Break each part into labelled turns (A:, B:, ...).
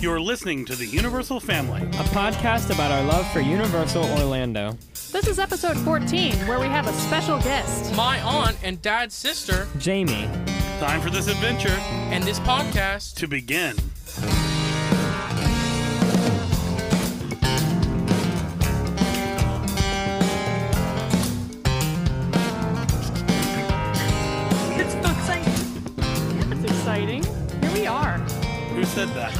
A: You're listening to the Universal Family.
B: a podcast about our love for Universal Orlando.
C: This is episode 14, where we have a special guest.
D: my aunt and dad's sister,
B: Jamie,
A: Time for this adventure
D: and this podcast.
A: to begin.
C: It's so exciting. Yeah, it's exciting. Here we are.
A: Who said that?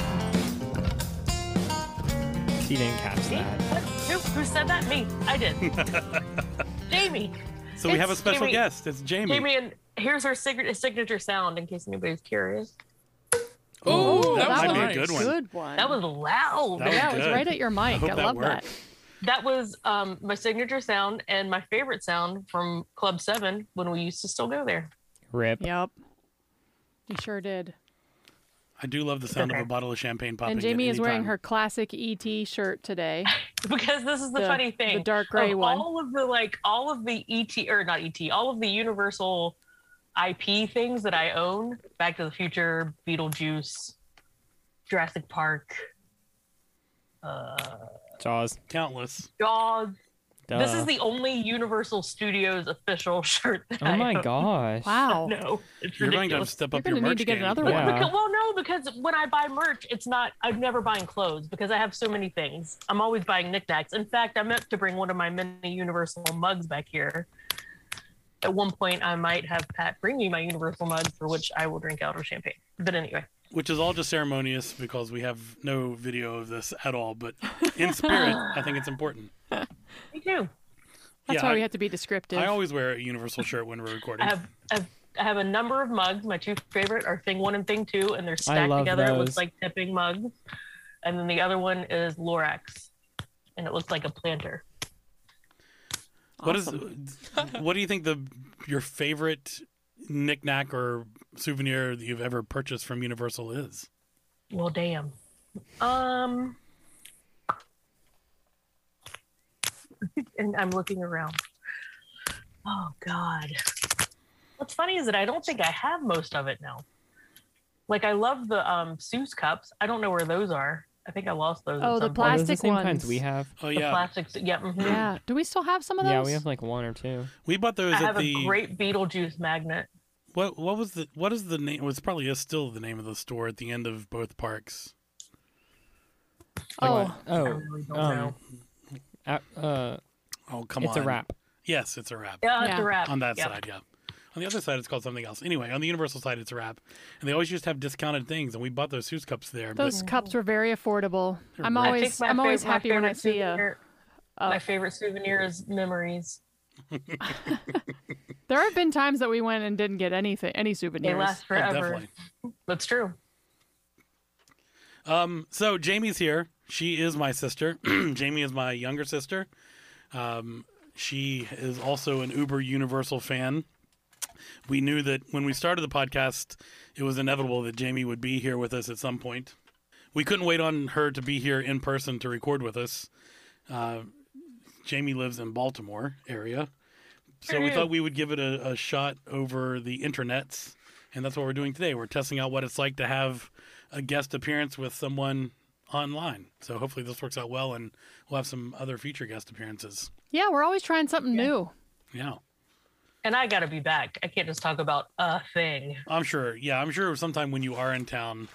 B: she didn't catch that.
E: What? Who, who said that? Me. I did. Jamie.
A: So we have a
E: It's
A: special
E: Jamie.
A: guest. It's Jamie.
E: Jamie, and here's her sig- signature sound in case anybody's curious.
D: Oh,
A: that
D: was
A: might be a
D: nice.
A: good one.
C: Good one.
E: That was loud.
A: That
E: That,
C: yeah,
A: was
C: it was
A: good.
C: right at your mic.
A: I hope
C: I,
A: that
C: love
A: worked.
C: that.
E: was um, my signature sound and my favorite sound from Club 7 when we used to still go there.
B: Rip.
C: Yep. You sure did.
A: I do love the sound of
E: okay.
A: a bottle of champagne popping.
C: and Jamie
A: at
C: is
A: any
C: wearing
A: time.
C: her classic ET shirt today.
E: Because this is the,
C: The-
E: funny thing.
C: the dark gray
E: of
C: one.
E: All of the, like, all of the ET, or not ET, all of the Universal IP things that I own Back to the Future, Beetlejuice, Jurassic Park,
B: Jaws.
A: countless.
E: Jaws.
B: Duh.
E: This is the only Universal Studios official shirt. That
B: Oh my gosh.
C: Wow.
E: No, it's
A: You're going to have to
E: ridiculous.
A: step
C: You're
A: up your
C: gonna need
A: merch
C: to get
A: game.
C: another
B: one. Yeah.
E: Because- well, no, because when I buy merch, it's not. I'm never buying clothes because I have so many things. I'm always buying knickknacks. In fact, I meant to bring one of my many Universal mugs back here. At one point, I might have Pat bring me my Universal mug, for which I will drink out of champagne. But anyway,
A: Which is all just ceremonious because we have no video of this at all. But in spirit, I think it's important.
E: me too.
C: That's
A: yeah,
C: why
A: I,
C: we have to be descriptive.
A: I always wear a Universal shirt when we're
E: I
A: recording.
E: have, I have I have a number of mugs. My two favorite are Thing One and Thing Two, and they're
B: I
E: stacked
B: love
E: together. It
B: those.
E: looks like dipping mugs. And then the other one is Lorax, and it looks like a planter.
A: What is? what do you think the your favorite knickknack or souvenir that you've ever purchased from Universal is?
E: Well, damn. Um, and I'm looking around. Oh God. What's funny is that I don't think I have most of it now. Like I love the um Seuss cups. I don't know where those are. I think I lost those. at
C: Oh, the
E: some point.
B: Are those the
C: Plastic
B: same kinds
C: ones.
B: we have.
A: Oh
E: the
A: yeah,
E: plastics. Yeah, mhm.
C: yeah. Do we still have some of those?
B: Yeah, we have like one or two.
A: we bought those
E: I
A: at
E: have
A: the
E: a great Beetlejuice magnet.
A: what? What was the what is the name? Well, it's probably is still the name of the store at the end of both parks.
C: oh,
B: Like what? oh,
E: I really don't
B: um,
E: know.
B: uh, uh,
A: Oh come
B: it's
A: on,
B: a wrap.
A: Yes, it's a wrap.
E: Yeah,
C: yeah.
E: it's a wrap.
A: On that
E: Yep.
A: side, yeah. On the other side, it's called something else. Anyway, on the Universal side, it's a wrap, and they always just have discounted things. And we bought those Seuss cups there. but-
C: Those cups were very affordable. I'm
A: great.
E: I
C: always
E: think my
C: I'm always
E: fav- my
C: happy when I
E: favorite
C: see a
E: souvenir- my favorite souvenir is memories.
C: There have been times that we went and didn't get anything, any
E: They
C: souvenirs.
E: last
A: Oh,
E: forever.
A: definitely.
E: That's true.
A: Um, so Jamie's here. She is my sister. Jamie is my younger sister. Um, she is also an uber universal fan. We knew that when we started the podcast, it was inevitable that Jamie would be here with us at some point. We couldn't wait on her to be here in person to record with us. Uh, Jamie lives in Baltimore area, so we thought we would give it a, a shot over the internets, and that's what we're doing today. We're testing out what it's like to have a guest appearance with someone online. So hopefully this works out well, and we'll have some other future guest appearances.
C: Yeah, we're always trying something new.
A: Yeah,
E: And I got to be back. I can't just talk about a thing.
A: I'm sure. Yeah, I'm sure sometime when you are in town,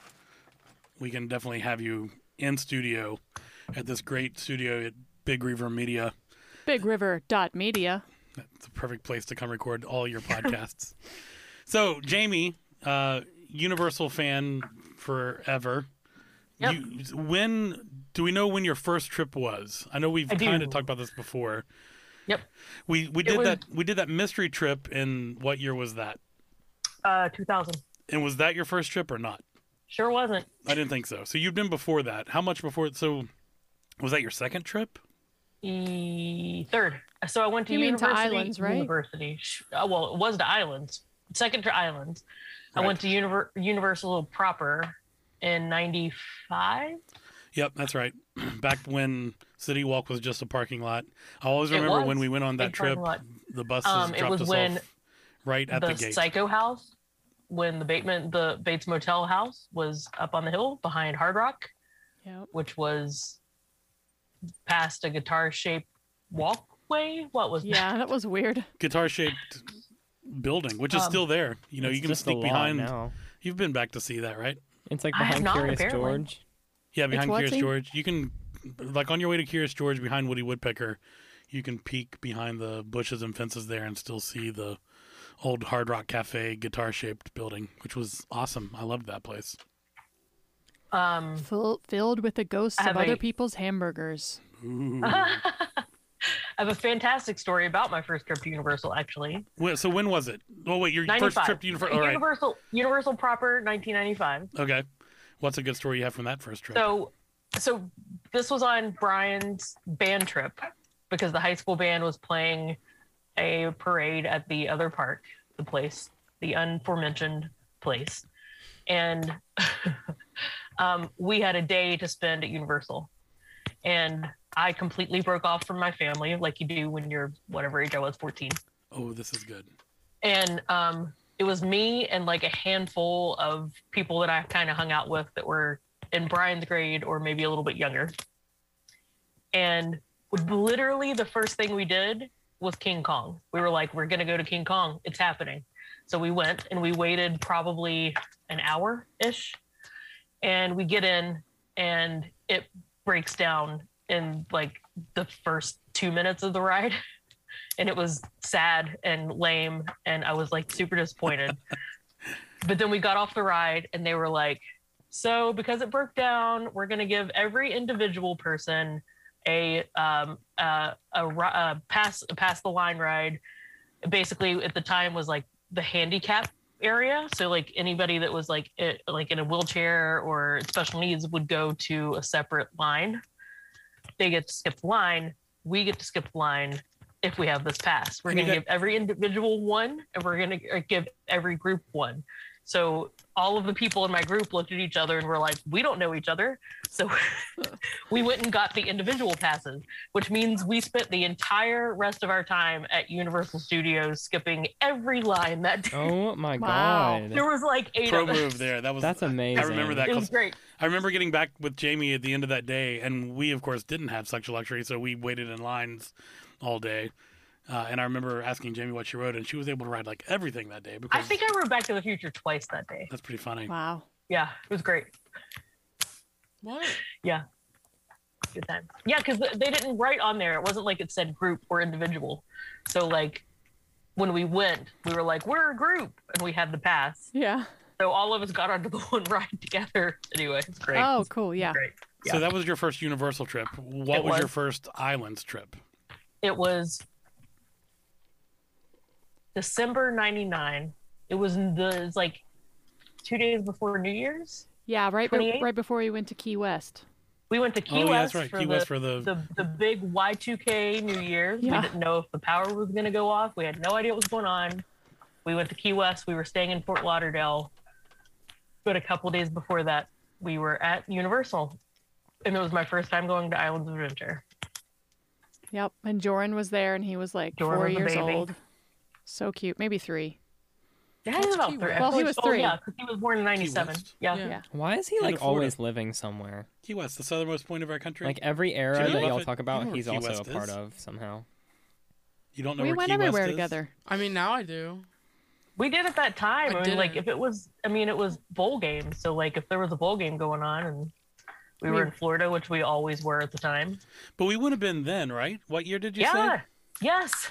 A: we can definitely have you in studio at this great studio at Big River Media.
C: Big River dot media.
A: It's a perfect place to come record all your podcasts. so, Jamie, uh, Universal fan forever.
E: Yep.
A: You, when do we know when your first trip was? I know we've
E: I do.
A: kind of talked about this before.
E: Yep.
A: We we did
E: was-
A: that we did that mystery trip in what year was that?
E: Uh, 2000.
A: And was that your first trip or not?
E: Sure wasn't.
A: I didn't think so. So you've been before that. How much before? So was that your second trip?
E: E- third. So I went to
C: You mean to
E: university,
C: islands, right?
E: University. Sh- uh, Well, it was to islands. Second to islands. I
A: Right.
E: went to Univer- Universal proper in 95.
A: Yep, that's right. Back when City Walk was just a parking lot. I always
E: It
A: remember when
E: was
A: we went on that
E: big parking
A: trip,
E: lot.
A: the buses
E: Um, it
A: dropped
E: was
A: us
E: when
A: off right at the,
E: the,
A: gate.
E: Psycho House, when the Bateman, the Bates Motel house was up on the hill behind Hard Rock,
C: Yeah.
E: which was past a guitar shaped walkway. What was that?
C: Yeah, that was weird.
A: guitar shaped building, which is
E: Um,
A: still there. You know,
B: It's
A: you can
B: just a
A: sneak
B: lawn
A: behind.
B: now.
A: You've been back to see that, right?
B: It's like
E: I have
B: behind
E: not,
B: Curious
E: apparently.
B: George.
A: Yeah, behind
C: what
A: Curious
C: thing?
A: George, you can like on your way to Curious George behind Woody Woodpecker, you can peek behind the bushes and fences there and still see the old Hard Rock Cafe guitar shaped building, which was awesome. I loved that place.
E: Um,
C: Full, filled with the ghosts
E: I
C: of
E: have
C: other
E: a-
C: people's hamburgers.
A: Ooh.
E: I have a fantastic story about my first trip to Universal, actually.
A: Wait, so when was it? Oh wait, your first
E: 95.
A: trip to Universal. All right,
E: Universal, Universal proper, 1995.
A: okay. What's a good story you have from that first trip?
E: So, so this was on Brian's band trip because the high school band was playing a parade at the other park, the place, the unforementioned place, and um, we had a day to spend at Universal, and I completely broke off from my family, like you do when you're whatever age I was, 14
A: oh, this is good.
E: and um, it was me and like a handful of people that I kind of hung out with that were in Brian's grade or maybe a little bit younger. And literally, the first thing we did was King Kong. We were like, "We're gonna go to King Kong. It's happening." So we went and we waited probably an hour ish, and we get in and it breaks down in like the first two minutes of the ride and it was sad and lame and i was like super disappointed but then we got off the ride and they were like so because it broke down we're going to give every individual person a um uh, a, ri- uh pass a pass the line ride basically at the time was like the handicap area so like anybody that was like it, like in a wheelchair or special needs would go to a separate line they get to skip the line we get to skip the line if we have this pass we're
A: And you
E: going to
A: got-
E: give every individual one and we're going to give every group one so all of the people in my group looked at each other and were like we don't know each other so we went and got the individual passes which means we spent the entire rest of our time at Universal Studios skipping every line that day.
B: Oh my
C: Wow.
B: god.
E: There was like eight
A: Pro
E: of us.
A: move there. That was
B: That's amazing.
A: I remember that.
E: It
A: Close.
E: was great.
A: I remember getting back with Jamie at the end of that day, and we, of course, didn't have such a luxury, so we waited in lines all day. Uh, and I remember asking Jamie what she rode, and she was able to ride like everything that day because
E: I think I wrote Back to the Future twice that day.
A: that's pretty funny.
C: Wow.
E: Yeah, it was great.
D: What?
E: Good time. Yeah, because they didn't write on there. It wasn't like it said group or individual. So like when we went, we were like, we're a group, and we had the pass.
C: Yeah.
E: So all of us got onto the one ride together. Anyway, it's great.
C: Oh, cool. Yeah.
E: Great.
A: So
E: Yeah.
A: that was your first Universal trip. What
E: It
A: was, your
E: was.
A: first islands trip?
E: it was December 99. It was in the it was like two days before New Year's.
C: Yeah. Right. be-
E: 28?
C: right before we went to Key West.
E: We went to Key
A: oh,
E: West
A: yeah, that's right.
E: for,
A: Key
E: the,
A: West for the,
E: the the big Y2K New Year's.
C: Yeah.
E: We didn't know if the power was going to go off. We had no idea what was going on. We went to Key West. We were staying in Fort Lauderdale. But a couple days before that, we were at Universal. And it was my first time going to Islands of Adventure.
C: Yep. And Joran was there, and he was like
E: Joran
C: four
E: was a
C: years
E: baby.
C: old. So cute. Maybe three.
E: Yeah, he was about
D: Key
E: three.
D: West?
C: Well, he was
E: three.
C: three.
E: Oh, yeah, 'cause he was born in 97.
A: West?
E: Yeah.
D: Yeah.
C: Yeah.
B: Why is he
A: And
B: like
A: Florida.
B: always living somewhere?
A: Key West, the southernmost point of our country.
B: Like every era
A: Jimmy
B: that y'all
A: Buffett,
B: talk
A: you
B: about,
A: know where
B: he's
A: Key
B: also
A: West
B: a part
A: is?
B: of somehow.
A: you don't know
C: We
A: where
C: went
A: Key
C: everywhere
A: West is?
C: together.
D: I mean, now I do.
E: We did at that time.
D: I
E: I, mean, like
D: didn't.
E: if it was, I mean, it was bowl game. So like if there was a bowl game going on, and we were in Florida, which we always were at the time.
A: But we would have been then, right? What year did you
E: yeah.
A: say?
E: Yes.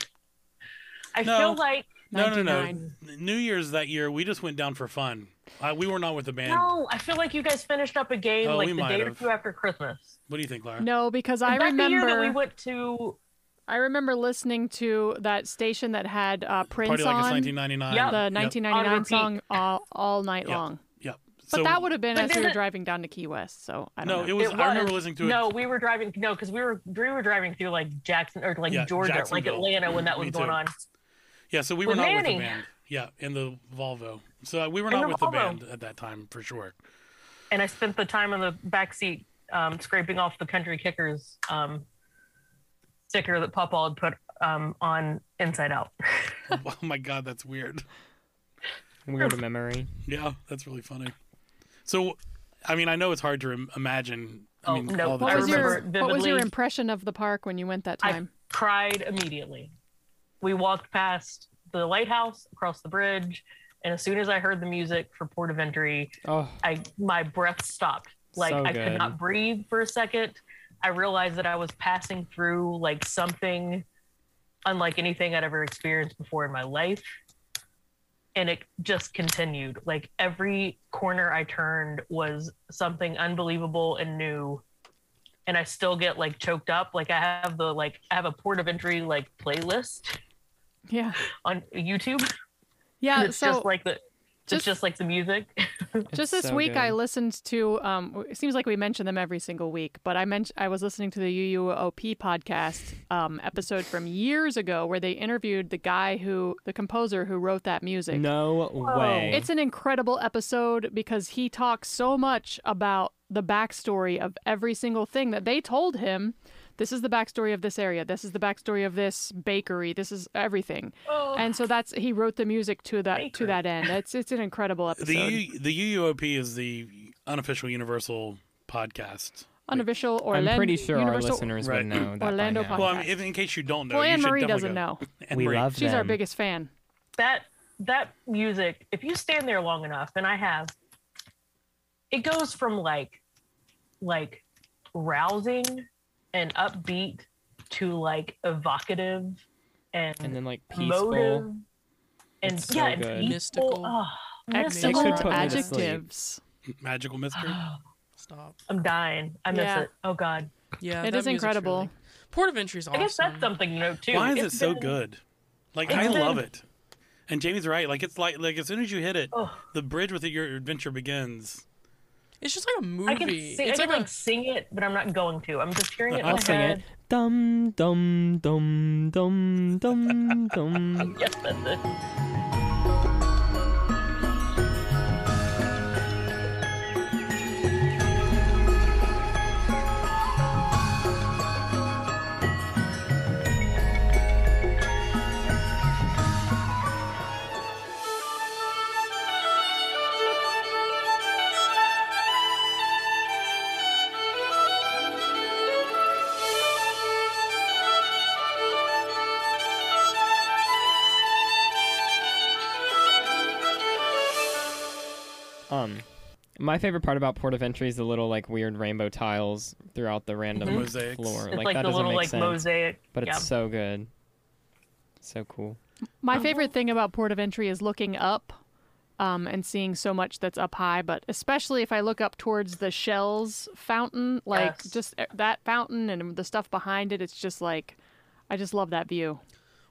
E: I
A: No.
E: feel like
A: No, no, no.
C: 99.
A: New Year's that year, we just went down for fun. Uh, we were not with the band.
E: no. I feel like you guys finished up a game
A: Oh, we
E: like the
A: might
E: day or
A: have.
E: two after Christmas.
A: What do you think, Laura?
C: No, because I
E: Was that the year
C: remember.
E: that we went to.
C: I remember listening to that station that had uh, Prince
A: Party
C: on
A: like it's 1999.
E: Yeah.
C: the
A: Yep.
C: 1999
E: On repeat.
C: song all, all night
A: Yeah.
C: long.
A: Yep.
C: But
A: So-
C: that would have been
E: But
C: as we were
E: didn't-
C: driving down to Key West, so I don't
A: no.
C: know.
A: It was,
E: It
A: I remember
E: was.
A: listening to it.
E: No, we were driving. No, because we were we were driving through like Jackson or like
A: Yeah,
E: Georgia, like
A: Jacksonville.
E: Atlanta when that was
A: Me
E: going
A: too.
E: on.
A: Yeah. So we were
E: With
A: not
E: Manning.
A: with the band. Yeah, in the Volvo. So uh, we were
E: In
A: not
E: the
A: with the
E: Volvo.
A: band at that time for sure.
E: and I spent the time on the back seat um, scraping off the country kickers um, sticker that Papa had put um, on Inside Out.
A: oh my God, that's weird.
B: Weird memory.
A: Yeah, that's really funny. So, I mean, I know it's hard to im- imagine I mean,
E: Oh, no.
A: all the
E: I
F: What was your
E: remember it
F: What was your
E: vividly.
F: impression of the park when you went that
E: I-
F: time?
E: cried immediately. We walked past the lighthouse, across the bridge, and as soon as I heard the music for Port of Entry,
B: Oh,
E: I my breath stopped. Like
B: So
E: I could
B: good.
E: not breathe for a second. I realized that I was passing through like something unlike anything I'd ever experienced before in my life. And it just continued. Like every corner I turned was something unbelievable and new. And I still get like choked up. Like I have the like I have a port of entry like playlist
F: yeah,
E: on YouTube.
F: yeah.
E: it's
F: Uh, so
E: just like the
F: just-
E: it's just like the music.
F: just
B: it's
F: this
B: so
F: week i
B: good.
F: listened to um w- it seems like we mention them every single week but i mentioned i was listening to the uuop podcast um episode from years ago where they interviewed the guy who the composer who wrote that music
B: no way.
F: Oh, it's an incredible episode because he talks so much about the backstory of every single thing that they told him. This is the backstory of this area. This is the backstory of this bakery. This is everything. And so that's he wrote the music to that to
E: Bakery.
F: that end. It's it's an incredible episode.
A: The U, the UUOP is the unofficial Universal podcast.
F: Unofficial or
B: I'm
F: Orlando.
B: pretty sure
F: Universal,
B: our listeners
A: Right.
B: would know that by
F: Orlando
B: now.
F: Podcast.
A: Well, I mean, if, in case you don't know,
F: Well,
A: you
F: Anne
A: should
F: Marie
A: definitely
F: doesn't
A: go.
F: know.
A: Anne
B: We
A: Marie.
B: love
F: She's our
B: them.
F: biggest fan.
E: that that music if you stand there long enough and i have it goes from like like rousing and upbeat to like evocative and,
B: And then like
E: motive
B: peaceful.
E: and
B: It's so
E: yeah and
B: good.
E: peaceful.
D: Mystical.
E: Oh, mystical.
F: Excellent
B: could put me to sleep.
F: adjectives.
A: magical mystery.
D: Stop.
E: i'm dying i miss
F: Yeah.
E: it oh god
D: Yeah,
F: It
D: that
F: is
D: music's
F: incredible.
D: Really... Port of Entry's awesome.
E: i guess that's something to note too
A: Why is it
E: It's
A: so
E: been-
A: good? Like
E: It's
A: I
E: been-
A: love it. And Jamie's right. Like it's like like as soon as you hit it,
E: oh,
A: the bridge with it, your adventure begins.
D: It's just like a movie.
E: i can sing,
D: it's
E: I can
D: like
E: like sing it but i'm not going to i'm just hearing it in
B: I'll
E: my
B: sing
E: head
B: it. Dum dum dum dum dum dum.
E: yes that's it
B: Um, my favorite part about Port of Entry is the little like weird rainbow tiles throughout the random
A: Mosaics.
B: floor.
E: Mm-hmm. it's
B: like,
E: like,
B: that
E: the
B: doesn't
E: little
B: make
E: like
B: sense,
E: mosaic
B: but it's
E: yeah.
B: so good, so cool.
F: My favorite thing about Port of Entry is looking up um, and seeing so much that's up high, but especially if I look up towards the shells fountain, like
E: Yes.
F: just uh, that fountain and the stuff behind it, it's just like, I just love that view.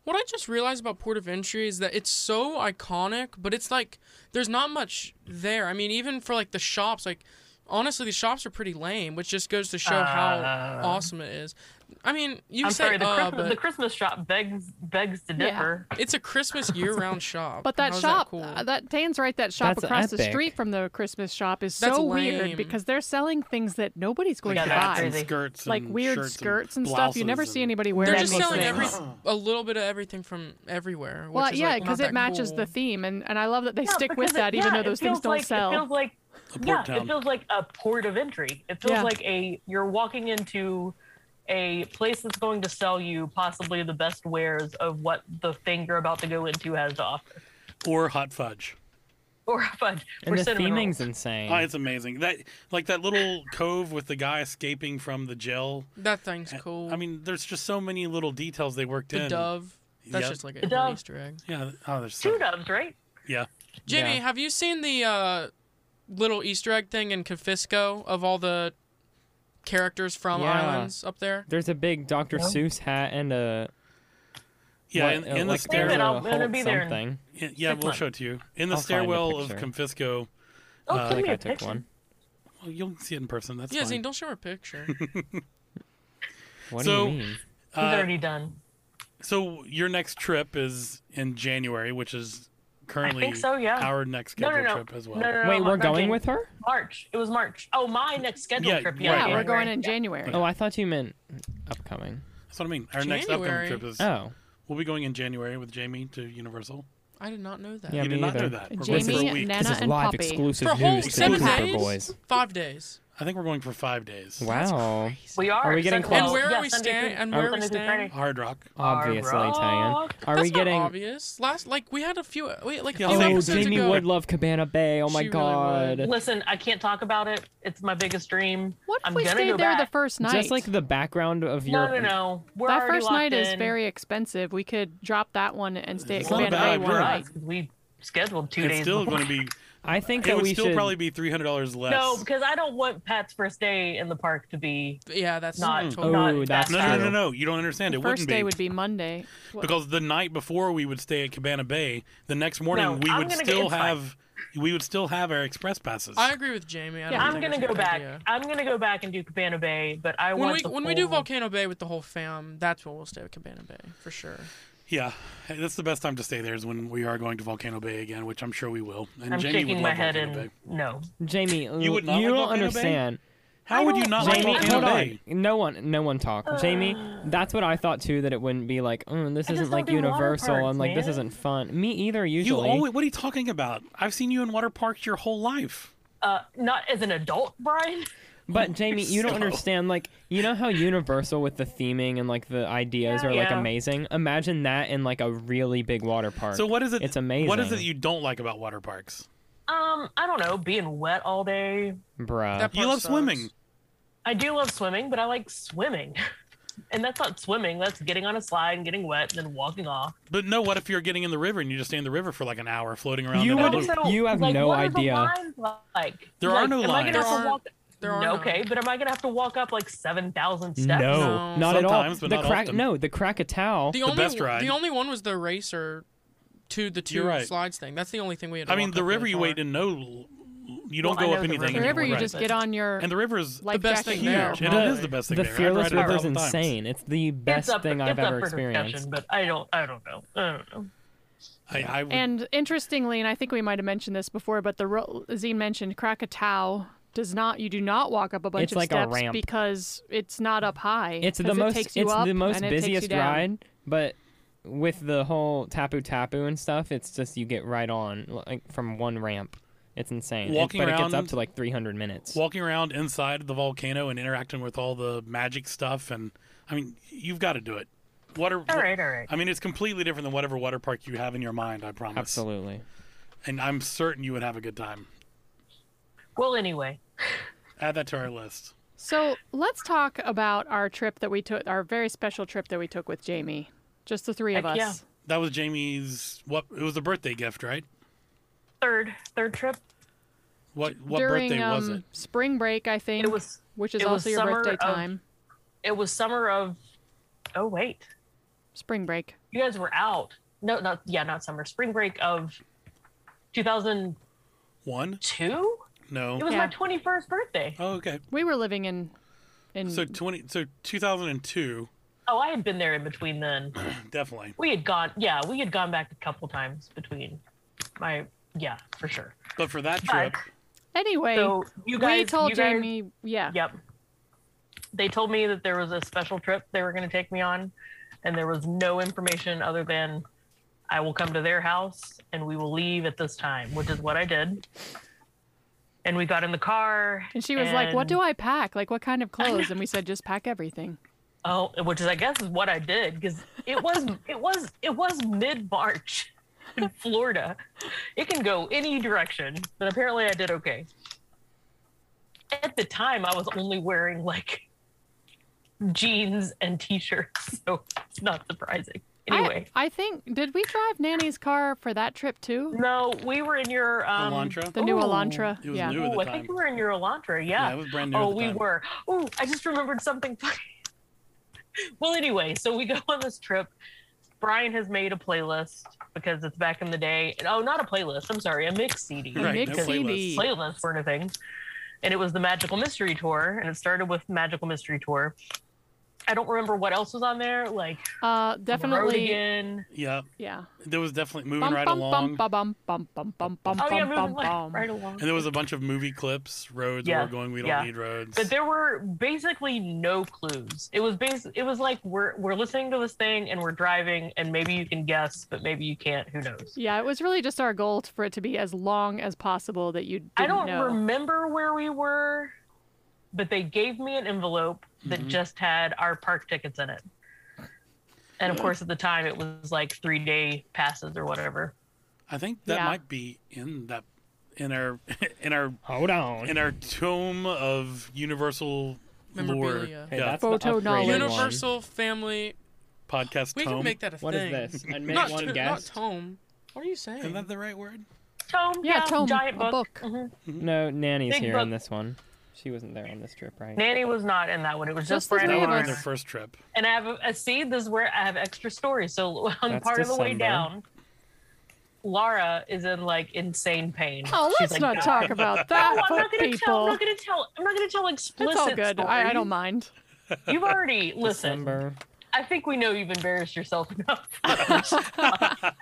D: What I just realized about Port of Entry is that it's so iconic, but it's like there's not much there. I mean, even for like the shops, like honestly, the shops are pretty lame, which just goes to show how
A: Ah.
D: awesome it is. I mean, you
E: I'm
D: say
E: sorry, the,
D: uh,
E: Christmas, the
D: but
E: Christmas shop begs begs to
F: Yeah.
E: differ.
D: it's a Christmas year-round shop.
F: But that
D: How is
F: shop,
D: that cool?
F: uh, that Dan's right, that shop
B: That's
F: across the
B: epic.
F: street from the Christmas shop is
D: That's
F: so weird
D: lame.
F: because they're selling things that nobody's going
E: Yeah,
F: to
E: that's
F: buy.
A: And
E: crazy.
A: skirts,
F: Like
A: and
F: weird
A: shirts
F: skirts and, stuff. You never
A: blouses
F: see
A: and-
F: anybody wearing
D: They're just
F: those
D: selling
F: things.
D: every a little bit of everything from everywhere. Which
F: Well,
D: is,
F: yeah,
D: like, not
F: because
D: that
F: it matches
D: cool.
F: the theme, and, and I love that they
E: Yeah,
F: stick
E: because
F: with
E: it-
F: that, even
E: yeah,
F: though
E: it
F: those things
E: feels
F: don't
E: like,
F: sell.
E: It feels like
A: A port
E: yeah,
A: town.
E: it feels like a port of entry. It feels
F: Yeah.
E: like a you're walking into a place that's going to sell you possibly the best wares of what the thing you're about to go into has to offer.
A: or hot fudge.
E: Or a fudge.
B: And
E: or
B: the
E: cinnamon
B: theming's
E: rolls.
B: insane.
A: Oh, it's amazing. That like that little cove with the guy escaping from the jail.
D: That thing's cool.
A: I mean, there's just so many little details they worked
D: the
A: in.
D: dove. That's
A: Yep.
D: just like a
E: The
D: little
E: dove.
D: Easter egg.
A: Yeah. Oh, there's so,
E: two doves, right?
A: yeah.
D: Jamie,
B: Yeah.
D: have you seen the uh, little Easter egg thing in Confisco of all the characters from
B: Yeah.
D: islands up there?
B: There's a big Dr. Seuss hat and a
A: Yeah.
B: what-
A: in, in
B: uh,
A: the
B: like
E: Wait a minute,
A: stairwell.
E: I'll- I'm gonna
B: Holt
E: be there in-
B: something.
A: Yeah, yeah,
E: Pick
A: we'll
E: one.
A: show it to you. In the
B: I'll find a
A: stairwell of
B: picture.
A: Confisco,
E: Oh,
A: Uh,
E: send
B: Like
E: me a
B: I took
E: picture.
B: one.
A: well, you'll see it in person. That's
D: yeah,
A: fine.
D: Zane, don't show her picture.
B: What
A: So-
B: do you mean?
E: He's
A: Uh,
E: already done.
A: So your next trip is in January, which is currently
E: so, yeah.
A: our next
E: No,
A: scheduled
E: no, no.
A: trip as well.
E: No, no, no,
B: Wait,
E: not-
B: we're
E: not
B: going
E: Jan-
B: with her?
E: March. It was March. Oh, my next scheduled
A: Yeah,
E: trip.
A: right,
F: yeah,
A: right,
F: we're
A: right.
F: going in
E: Yeah.
F: January.
B: Oh, I thought you meant upcoming.
A: That's what I mean. Our next upcoming
D: January.
A: trip is
B: Oh,
A: we'll be going in January with Jamie to Universal.
D: I did not know that.
B: Yeah,
A: you
B: me
A: did not know
B: either.
A: that. We're going for a
F: Jamie,
A: week.
F: Nana,
B: this is
F: and
B: live
F: Poppy.
B: exclusive
D: For a whole
B: news to
D: seven
B: the Paper
D: days?
B: Boys.
D: Five days.
A: I think we're going for five days.
B: Wow.
E: We are.
B: we getting
E: Sunday-
B: close?
D: And where
E: yeah,
D: are we
E: Sunday
D: staying?
E: through-
D: And where are we
E: Sunday through
D: staying?
E: Friday.
A: Hard Rock.
B: Oh, Obviously,
E: Rock.
B: Tan. Are
D: That's
B: we
D: not
B: getting?
D: obvious? Last like we had a few wait like
A: Yeah,
D: a few
A: like-
B: Oh,
D: episodes
B: Jamie
D: ago.
B: would love Cabana Bay. Oh my
D: She really
B: god.
D: would.
E: Listen, I can't talk about it. It's my biggest dream.
F: What if
E: I'm
F: we
E: gonna
F: stayed
E: go
F: there the
E: back.
F: first night?
B: Just like the background of
E: No,
B: your.
E: no, no. We're
F: that
E: already
F: first
E: locked
F: night is
E: in.
F: very expensive. We could drop that one and stay at
A: It's not a
F: Cabana Bay
A: bad idea.
F: one night.
E: We scheduled two
A: It's
E: days.
A: still
E: before.
A: going to be.
B: I think
A: It
B: that
A: would
B: we
A: still
B: should.
A: probably be three hundred dollars less.
E: No, because I don't want Pat's first day in the park to be
D: Yeah,
A: Hmm.
D: that's
E: not.
D: totally-
E: not
B: Oh,
E: that
B: that's
A: no,
E: bad.
A: no, no,
B: true.
A: no, no. You don't understand. It
F: First
A: wouldn't
F: day
A: be
F: would be Monday. What-
A: because the night before we would stay at Cabana Bay. The next morning
E: No,
A: we
E: I'm
A: would
E: gonna get-
A: still
E: it's fine.
A: have we would still have our express passes.
D: I agree with Jamie. I don't
E: I'm
D: think
E: gonna
D: it's a
E: go
D: good
E: back.
D: idea.
E: I'm gonna go back and do Cabana Bay, but I
D: When
E: want
D: we
E: the
D: when we do
E: full-
D: Volcano Bay with the whole fam, that's when we'll stay at Cabana Bay for sure.
A: Yeah, Hey, that's the best time to stay there is when we are going to Volcano Bay again, which I'm sure we will. And
E: I'm
A: Jamie would
E: shaking my
A: love
E: head
A: Volcano
E: and
A: Bay.
E: no.
B: Jamie, you,
A: would not like
B: don't
A: Volcano Bay?
B: understand.
A: How would you not like
B: Jamie,
A: Volcano
B: hold
A: Bay?
B: on. No one, no one talk. Jamie, that's what I thought too. That it wouldn't be like, mm, this
E: I just
B: isn't like
E: don't do water
B: Universal and
E: parks,
B: like this
E: man.
B: isn't fun. Me either.
A: You
B: Usually,
A: always, what are you talking about? I've seen you in water parks your whole life.
E: Uh, not as an adult, Brian.
B: but Jamie, you don't
A: so-
B: understand. Like, you know how Universal with the theming and like the ideas
E: Yeah.
B: are like
E: Yeah.
B: amazing. Imagine that in like a really big water park.
A: So what is it?
B: It's amazing.
A: What is it you don't like about water parks?
E: Um, I don't know. Being wet all day.
B: bruh?
D: That
A: you
D: part
A: love
D: sucks.
A: Uh, swimming.
E: I do love swimming, but I like swimming. And that's not swimming. That's getting on a slide and getting wet and then walking off.
A: But no, what if you're getting in the river and you just stay in the river for like an hour floating around
B: You
A: in a
B: would-
A: loop?
E: Also,
B: you have
E: like,
B: no
E: what are
B: idea.
E: The lines like
A: There
E: Like,
A: are no
E: am I
A: lines.
E: gonna have
D: There
E: to walk?
D: There are
E: no,
D: none.
E: okay, but am I gonna have to walk up like seven thousand
B: No,
E: steps?
D: No.
B: not at all.
A: Sometimes, but
B: the
A: not
B: crack,
A: often.
B: no, the Krakatoa.
D: The only
A: best ride.
D: the only one was the racer to the two
A: You're right.
D: slides thing. That's the only thing we had. To
A: I mean,
D: walk
A: the
D: up
A: river
D: really
A: you
D: far.
A: wait in no, you don't
E: Well, I
A: go
E: know
A: up
E: the
A: anything.
E: river.
A: anymore,
F: Wherever you
A: right.
F: just get on your
A: and the river is
F: life
D: best
F: jacket.
D: thing
A: huge,
D: there,
A: and it is
D: probably.
A: the best thing
B: the
A: there. I've
B: fearless
A: tried it a
B: river's
A: thousand times.
B: insane. It's the
E: It's
B: best
E: up,
B: thing
E: it's
B: I've
E: up
B: ever
E: for
B: experienced.
E: discussion, but I don't, I don't know. I don't know.
A: I, I would,
F: And interestingly, and I think we might have mentioned this before, but the ro- Zine mentioned Krakatoa does not. You do not walk up a bunch
B: It's
F: of
B: like a
F: steps
B: ramp.
F: because it's not up high.
B: It's
F: 'cause
B: the
F: it
B: most.
F: Takes you
B: it's
F: up
B: the most
F: and it takes you
B: busiest
F: down.
B: ride, but with the whole tapu tapu and stuff, it's just you get right on like from one ramp. It's insane. It-
A: Walking
B: but it gets up
A: around-
B: to like 300 minutes.
A: walking around inside the volcano and interacting with all the magic stuff, and I mean, you've got to do it. Water.
E: All right, all right.
A: I mean, it's completely different than whatever water park you have in your mind. I promise.
B: Absolutely.
A: And I'm certain you would have a good time.
E: Well, anyway,
A: Add that to our list.
F: So let's talk about our trip that we took, our very special trip that we took with Jamie, just the three of us.
E: Heck yeah.
A: That was Jamie's. What? It was a birthday gift, right?
E: third, third trip.
A: What? What
F: During
A: birthday
F: um,
A: was it?
F: spring break, I think
E: It was,
F: which is
E: it was
F: also your
E: summer
F: birthday
E: of-
F: time.
E: it was summer of. Oh wait,
F: Spring break.
E: you guys were out. No, not yeah, not summer. Spring break of 2002.
A: One?
E: It
A: No.
E: was
F: Yeah.
E: my 21st birthday.
A: Oh, okay.
F: We were living in in
A: So twenty. So 2002,
E: Oh, I had been there in between then.
A: definitely.
E: We had gone, yeah, we had gone back a couple times between my, yeah, for sure.
A: But for that
E: But-
A: trip,
F: anyway.
E: So you guys,
F: we told
E: you guys-
F: Jamie, yeah.
E: Yep. They told me that there was a special trip they were going to take me on, and there was no information other than I will come to their house and we will leave at this time, which is what I did. And we got in the car.
F: And she was like, "What do
E: and-
F: I pack? Like, what kind of clothes?" And we said, "Just pack everything."
E: Oh, which is I guess is what I did because it was it was it was mid March in Florida. It can go any direction, but apparently I did okay. At the time, I was only wearing like jeans and t-shirts, so it's not surprising.
F: I-
E: Anyway,
F: I, think did we drive Nanny's car for that trip too?
E: no, we were in your um,
A: Elantra.
F: The new
E: Ooh.
F: Elantra.
A: It was
F: yeah.
A: new at
E: Ooh,
A: the
E: I
A: time.
E: think we were in your Elantra,
A: Yeah,
E: yeah.
A: it was brand new. at
E: Oh,
A: the
E: we
A: time.
E: were. Oh, I just remembered something funny. well, anyway, so we go on this trip. Brian has made a playlist because it's back in the day. And, oh, not a playlist. I'm sorry, a mix CD.
A: Right,
F: Mix
A: no
F: CD.
A: playlist.
E: Playlist sort of thing. And it was the Magical Mystery Tour, and it started with Magical Mystery Tour. I don't remember what else was on there, like
F: Uh,
E: Road
F: definitely.
E: Again.
A: Yeah,
F: Yeah.
A: there was definitely moving
F: Bum,
A: right
F: bum,
A: along,
F: bum, ba, bum, bum, bum, bum, bum,
E: Oh yeah,
F: bum,
E: moving
F: bum,
E: right,
F: bum.
E: right along.
A: and there was a bunch of movie clips. Roads
E: Yeah,
A: we were going. We don't
E: yeah.
A: need roads.
E: But there were basically no clues. It was bas- it was like we're we're listening to this thing and we're driving and maybe you can guess, but maybe you can't, who knows.
F: Yeah, it was really just our goal t- for it to be as long as possible that you didn't
E: I don't
F: know.
E: remember where we were. but they gave me an envelope that just had our park tickets in it. And of course, at the time, it was like three day passes or whatever.
A: I think that
F: Yeah.
A: might be in that in our in our
B: Hold on.
A: in our tome of universal lore.
D: Memorabilia.
B: Hey,
A: yeah,
B: that's the
F: Photo knowledge.
B: upgraded one.
D: Universal Family.
A: podcast
D: We
A: tome.
D: can make that a
B: What
D: thing.
B: is this? Admit
D: Not,
B: one
D: to-
B: guest.
D: not tome. What are you
A: Isn't
D: saying?
A: that the right word?
E: Tome,
F: Yeah, tome,
E: giant
F: a
E: book.
F: book.
E: Mhm.
B: no, Nanny's
E: Big
B: here on
E: book.
B: this one. She wasn't there on this trip, right?
E: Nanny was not in that one. It was
F: Just
E: just,
F: the
E: Brad
F: three
E: and
A: On
F: of
E: Lauren.
F: us.
A: their first trip.
E: And I have a, a see. This is where I have extra stories. So on
B: That's
E: part of the way
B: December.
E: down, Lara is in like insane pain.
F: Oh, let's
E: She's like,
F: not
E: "God."
F: talk about
E: No,
F: that
E: I'm
F: for
E: not gonna
F: people.
E: tell. I'm not gonna tell. I'm not gonna tell explicit.
F: It's all good. I, I don't mind.
E: stories. You've already listen.
B: December.
E: I think we know you've embarrassed yourself enough.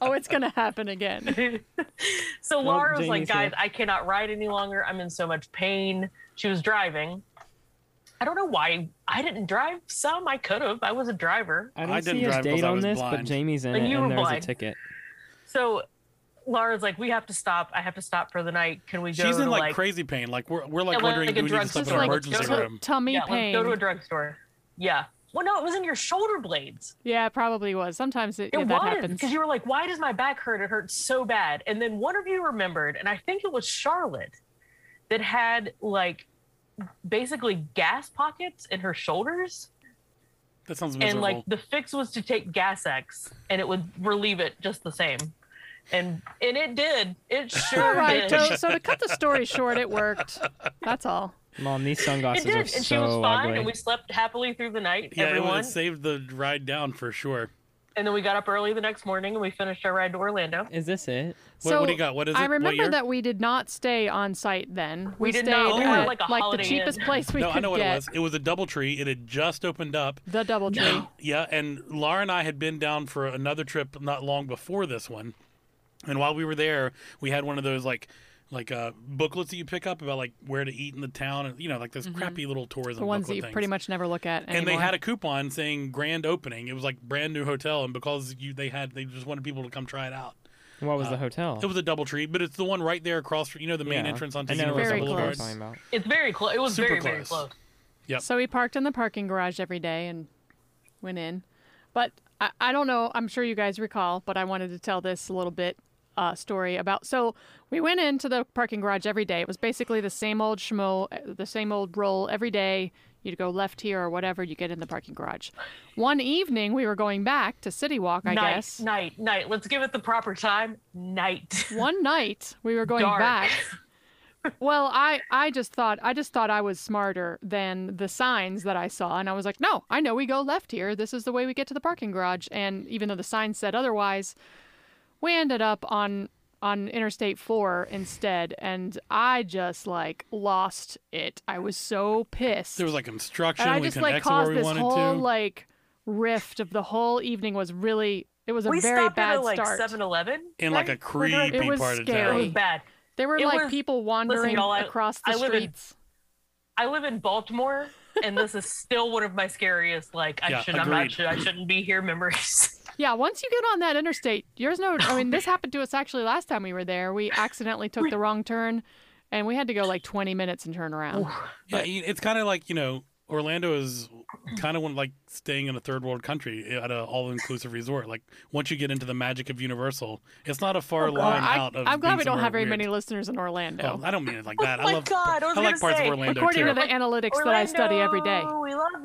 F: Oh, it's gonna happen again.
E: so Laura was like,
B: Jamie's here.
E: guys, I cannot ride any longer. I'm in so much pain. She was driving. I don't know why I didn't drive some. I could have. I was a driver.
B: I don't
A: I didn't
B: see a
A: drive 'cause
B: date
A: I
B: on
A: was
B: this, but
A: blind.
B: Jamie's in
E: And
B: it,
E: you
B: and
E: were
B: there's a
E: blind.
B: ticket.
E: So Laura's like, we have to stop. I have to stop for the night. Can we go
A: She's
E: to
A: in like,
E: like
A: crazy pain. Like we're, we're like
E: Yeah,
A: wondering
E: like
A: do
E: a
A: we need to
E: drugstore.
A: step in an
E: Like,
A: emergency
E: just like-
A: room.
F: Tummy
E: yeah,
F: pain.
E: Let's go to a drugstore. Yeah. Well, no, it was in your shoulder blades.
F: Yeah, it probably was. Sometimes it,
E: It
F: yeah, that
E: was
F: happens.
E: because you were like, "Why does my back hurt? It hurts so bad." And then one of you remembered, and I think it was Charlotte, that had like basically gas pockets in her shoulders,
A: That sounds
E: and
A: miserable.
E: like the fix was to take Gas X, and it would relieve it just the same. And and it did. It
F: All
E: sure
F: right.
E: did.
F: So, so to cut the story short, it worked. That's all.
B: Mom, these
E: It
B: sunglasses
E: did,
B: are
E: and
B: so
E: she was fine,
B: ugly.
E: and we slept happily through the night.
A: yeah, it,
E: everyone,
A: was, it saved the ride down for sure.
E: and then we got up early the next morning, and we finished our ride to Orlando.
B: Is this it?
A: Wait, what do you got? What is it?
F: I
A: What
F: remember
A: year?
F: that we did not stay on site then. We,
E: We did
F: stayed
E: not. We were
F: at,
E: like a
F: the
E: Holiday
F: cheapest
E: Inn.
F: place we
A: no,
F: could
A: I know what
F: get.
A: it was. It was a double tree. It had just opened up.
F: The DoubleTree.
A: Yeah, and Laura and I had been down for another trip not long before this one, and while we were there, we had one of those like, like uh, booklets that you pick up about like where to eat in the town, and you know, like those crappy little tourism
F: Mm-hmm. The ones that
A: booklet
F: you
A: things.
F: pretty much never look at.
A: and they
F: anymore.
A: had a coupon saying grand opening. It was like brand new hotel, and because you they had they just wanted people to come try it out.
B: What was the
A: Uh,
B: hotel?
F: Oh.
A: It was a double tree, but it's the one right there across, from- you know, the main
B: Yeah.
A: entrance onto
B: I know
A: Universal
F: Very
B: exactly what you're
A: Boulevard.
F: close.
B: talking about.
E: It's very close. It was
A: Super
E: very very
A: close.
E: close.
F: So we parked in the parking garage every day and went in. But I, I don't know. I'm sure you guys recall, but I wanted to tell this a little bit uh, story about. So we went into the parking garage every day. It was basically the same old schmo, the same old roll every day. You'd go left here or whatever. You get in the parking garage. One evening we were going back to City Walk, I
E: night,
F: guess.
E: night, night. Let's give it the proper time. Night.
F: one night we were going
E: Dark.
F: back well i i just thought i just thought i was smarter than the signs that i saw and i was like no i know we go left here this is the way we get to the parking garage and even though the sign said otherwise we ended up on on interstate 4 instead and i just like lost it i was so pissed
A: There was like construction.
F: and i
A: we
F: just
A: couldn't
F: like
A: exit where
F: caused
A: we
F: this
A: wanted
F: whole
A: to.
F: like rift of the whole evening was really it was a
E: we
F: very
E: stopped
F: bad
E: at a, like
F: start
E: 7-Eleven.
A: in like a
E: right? We're doing-
A: creepy
F: It was
A: part of
E: It
A: town.
E: was
F: scary.
E: bad.
F: There were
E: It
F: like
E: was-
F: people wandering
E: y'all, I-
F: across the
E: I live in-
F: streets.
E: I live in Baltimore, and this is still one of my scariest. Like I
A: Yeah,
E: should, I'm not,
A: agreed.
E: should, I shouldn't be here. Memories.
F: Yeah, once you get on that interstate, there's no. I mean, this happened to us actually last time we were there. We accidentally took the wrong turn, and we had to go like 20 minutes and turn around.
A: Yeah, you- it's kind of like you know Orlando is kind of one like staying in a third world country eh, at an all inclusive resort. Like once you get into the magic of Universal, it's not a far line
F: Oh, I,
A: out of.
F: I'm
A: being
F: glad we don't
A: somewhere
F: have very
A: weird.
F: many listeners in Orlando.
A: Oh, I don't mean it like that.
E: Oh
A: I
E: my
A: love.
E: God, I was
A: like
E: gonna
A: parts
E: say,
A: of Orlando
F: According
A: too.
F: to the analytics that I study every day,
E: Orlando, We love